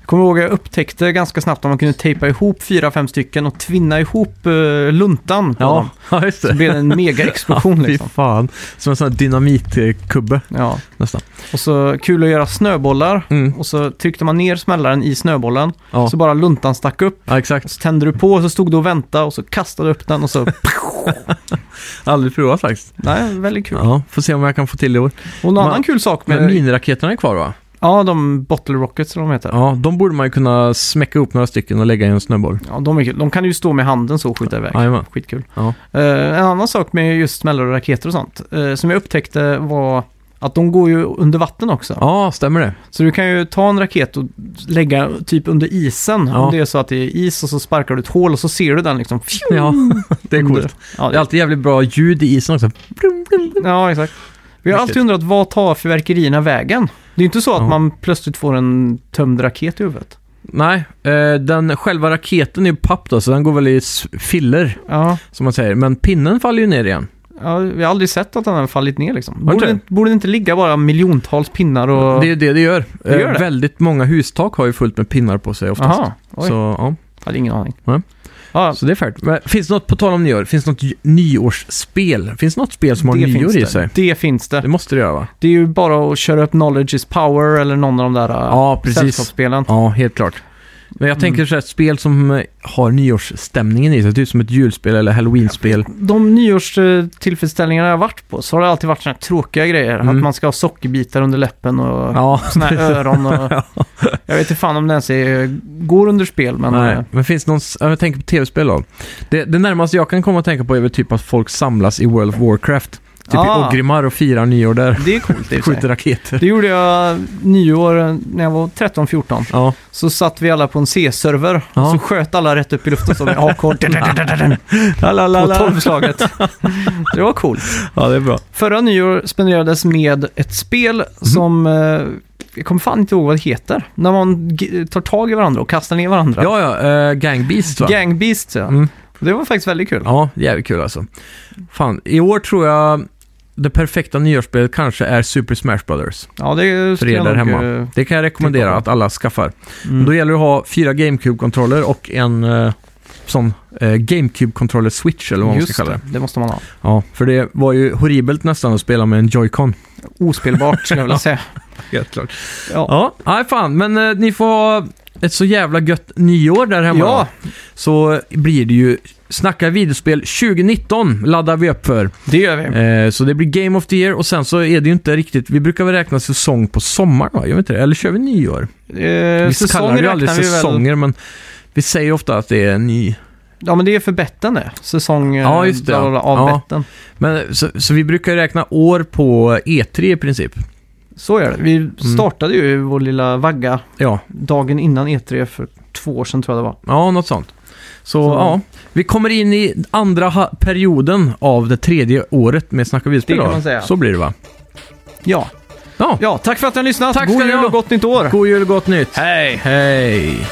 Speaker 1: Kommer ihåg jag upptäckte ganska snabbt att man kunde tejpa ihop fyra, fem stycken och tvinna ihop eh, luntan på dem.
Speaker 2: <laughs> ja just
Speaker 1: Så
Speaker 2: det.
Speaker 1: blev det en mega-explosion
Speaker 2: <laughs> Ja,
Speaker 1: liksom.
Speaker 2: Fy fan. Som en sån här dynamitkubbe
Speaker 1: Ja.
Speaker 2: nästan.
Speaker 1: Och så kul att göra snöbollar.
Speaker 2: Mm.
Speaker 1: Och så tryckte man ner smällaren i snöbollen.
Speaker 2: Ja.
Speaker 1: Så bara luntan stack upp.
Speaker 2: ja, exakt.
Speaker 1: Så tände du på och så stod du och väntade och så kastade du upp den och så...
Speaker 2: <laughs> Aldrig provat faktiskt.
Speaker 1: Nej, väldigt kul.
Speaker 2: Ja, får se om jag kan få till det i år.
Speaker 1: Och en
Speaker 2: Man-
Speaker 1: annan kul sak med...
Speaker 2: Men miniraketerna är kvar va?
Speaker 1: Ja, de Bottle Rockets som de heter. Ja.
Speaker 2: Ja, de borde man ju kunna smäcka upp några stycken och lägga i en snöboll.
Speaker 1: de är kul. De kan ju stå med handen så och skjuta iväg.
Speaker 2: Jajamän.
Speaker 1: Skitkul.
Speaker 2: Ja.
Speaker 1: Eh, en annan sak med just smällare och raketer och sånt, eh, som jag upptäckte var att de går ju under vatten också.
Speaker 2: ja, stämmer det.
Speaker 1: Så du kan ju ta en raket och lägga typ under isen.
Speaker 2: Ja.
Speaker 1: Om det är så att det är is och så sparkar du ett hål och så ser du den liksom. fju,
Speaker 2: Ja, <laughs> det är
Speaker 1: under.
Speaker 2: coolt.
Speaker 1: Ja,
Speaker 2: Det är alltid jävligt bra ljud i isen också.
Speaker 1: Ja, exakt. Vi har
Speaker 2: Riktigt.
Speaker 1: alltid undrat, vad tar fyrverkerierna vägen? Det är inte så att
Speaker 2: Ja.
Speaker 1: man plötsligt får en tömd raket i huvudet.
Speaker 2: Nej, eh, den själva raketen är ju papp då, så den går väl i s- filler,
Speaker 1: Ja,
Speaker 2: som man säger. Men pinnen faller ju ner igen.
Speaker 1: ja vi har aldrig sett att den har fallit ner liksom.
Speaker 2: Har
Speaker 1: Borde,
Speaker 2: inte?
Speaker 1: det- borde det inte ligga bara miljontals pinnar och...
Speaker 2: Det är ju det det gör.
Speaker 1: Det gör
Speaker 2: Eh,
Speaker 1: det.
Speaker 2: Väldigt många hustak har ju fullt med pinnar på sig oftast.
Speaker 1: Jaha, oj.
Speaker 2: Så, ja.
Speaker 1: Hade ingen aning.
Speaker 2: Nej.
Speaker 1: Ja,
Speaker 2: så det är färdigt. Men finns det något, på tal om nyår, finns det något j- nyårsspel? Finns det något spel som har
Speaker 1: det
Speaker 2: nyår
Speaker 1: finns
Speaker 2: i
Speaker 1: det.
Speaker 2: sig?
Speaker 1: Det finns det.
Speaker 2: Det måste det göra va?
Speaker 1: Det är ju bara att köra upp Knowledge is power eller någon av de där ja, Mm.
Speaker 2: Ja, precis.
Speaker 1: sällskapsspelen.
Speaker 2: Ja, helt klart. Men jag tänker så här, ett spel som eh, har nyårsstämningen i sig, typ som ett julspel eller halloweenspel.
Speaker 1: De nyårstillfredsställningarna jag har varit på så har det alltid varit sådana här tråkiga grejer.
Speaker 2: Mm.
Speaker 1: Att man ska ha sockerbitar under läppen och
Speaker 2: Ja,
Speaker 1: såna här öron
Speaker 2: <laughs>
Speaker 1: och... Jag vet inte fan om det ens är, går under spel, men...
Speaker 2: Nej,
Speaker 1: eh,
Speaker 2: men finns det någon, s- jag tänker på tv-spel då. Det, det närmaste jag kan komma att tänka på är väl typ att folk samlas i World of Warcraft. Typ i
Speaker 1: Ah.
Speaker 2: Ogrimmar och firar nyår där.
Speaker 1: Det är coolt i och för
Speaker 2: Skjuter
Speaker 1: sig.
Speaker 2: raketer.
Speaker 1: Det gjorde jag nyår när jag var 13-14. <laughs>
Speaker 2: Ja,
Speaker 1: Så satt vi alla på en C-server
Speaker 2: Ja.
Speaker 1: så sköt alla rätt upp i luften som en AK.
Speaker 2: <laughs>
Speaker 1: På tolvslaget. Det var coolt.
Speaker 2: ja, det är bra.
Speaker 1: Förra nyår spenderades med ett spel
Speaker 2: Mhm.
Speaker 1: som... eh, Jag kommer fan inte ihåg vad det heter. När man g- tar tag i varandra och kastar ner varandra.
Speaker 2: Ja, ja, eh, Gang Beast va?
Speaker 1: Gangbeast, ja.
Speaker 2: Mm.
Speaker 1: Det var faktiskt väldigt kul.
Speaker 2: Ja, jävligt kul alltså. Fan, i år tror jag det perfekta nyårsspelet kanske är Super Smash Brothers.
Speaker 1: Ja, det
Speaker 2: För
Speaker 1: skulle
Speaker 2: er
Speaker 1: jag
Speaker 2: där
Speaker 1: nog...
Speaker 2: hemma.
Speaker 1: eh,
Speaker 2: Det kan jag rekommendera
Speaker 1: Titta på.
Speaker 2: att alla skaffar.
Speaker 1: Mm.
Speaker 2: Då gäller det att ha fyra GameCube-kontroller och en eh, sån eh, GameCube-controller Switch eller vad man
Speaker 1: Just
Speaker 2: ska kalla det.
Speaker 1: det, det måste man ha.
Speaker 2: Ja, för det var ju horribelt nästan att spela med en Joy-Con. <laughs>
Speaker 1: Ospelbart skulle jag <laughs> vilja säga.
Speaker 2: Helt klart.
Speaker 1: Ja.
Speaker 2: Ja, nej fan, men eh, ni får ha ett så jävla gött nyår där hemma.
Speaker 1: Ja.
Speaker 2: då. Så blir det ju Snacka videospel 2019 laddar vi upp för.
Speaker 1: Det gör vi.
Speaker 2: Eh, så det blir Game of the Year och sen så är det ju inte riktigt, vi brukar väl räkna säsong på sommaren va? Gör vi inte det? Eller kör vi nyår?
Speaker 1: Eh,
Speaker 2: vi kallar det ju aldrig säsonger men Vi säger ofta att det är en ny.
Speaker 1: Ja, men det är för betten det. Säsong eh,
Speaker 2: Ja, just det.
Speaker 1: bla, bla, bla, av
Speaker 2: Ja.
Speaker 1: betten.
Speaker 2: Men, så, så vi brukar räkna år på E3 i princip.
Speaker 1: Så är det.
Speaker 2: Mm.
Speaker 1: Vi startade ju vår lilla vagga
Speaker 2: Ja,
Speaker 1: dagen innan E3 för två år sedan tror jag det var.
Speaker 2: ja något sånt. Så,
Speaker 1: Så-
Speaker 2: ja, vi kommer in i andra ha- perioden av det tredje året med Snacka videospel.
Speaker 1: Det kan
Speaker 2: då.
Speaker 1: man säga.
Speaker 2: Så blir det va?
Speaker 1: Ja,
Speaker 2: Ja,
Speaker 1: ja tack för att ni har lyssnat.
Speaker 2: Tack
Speaker 1: God
Speaker 2: ska ni
Speaker 1: jul
Speaker 2: ha.
Speaker 1: och gott nytt år.
Speaker 2: god jul och gott nytt.
Speaker 1: Hej!
Speaker 2: Hej!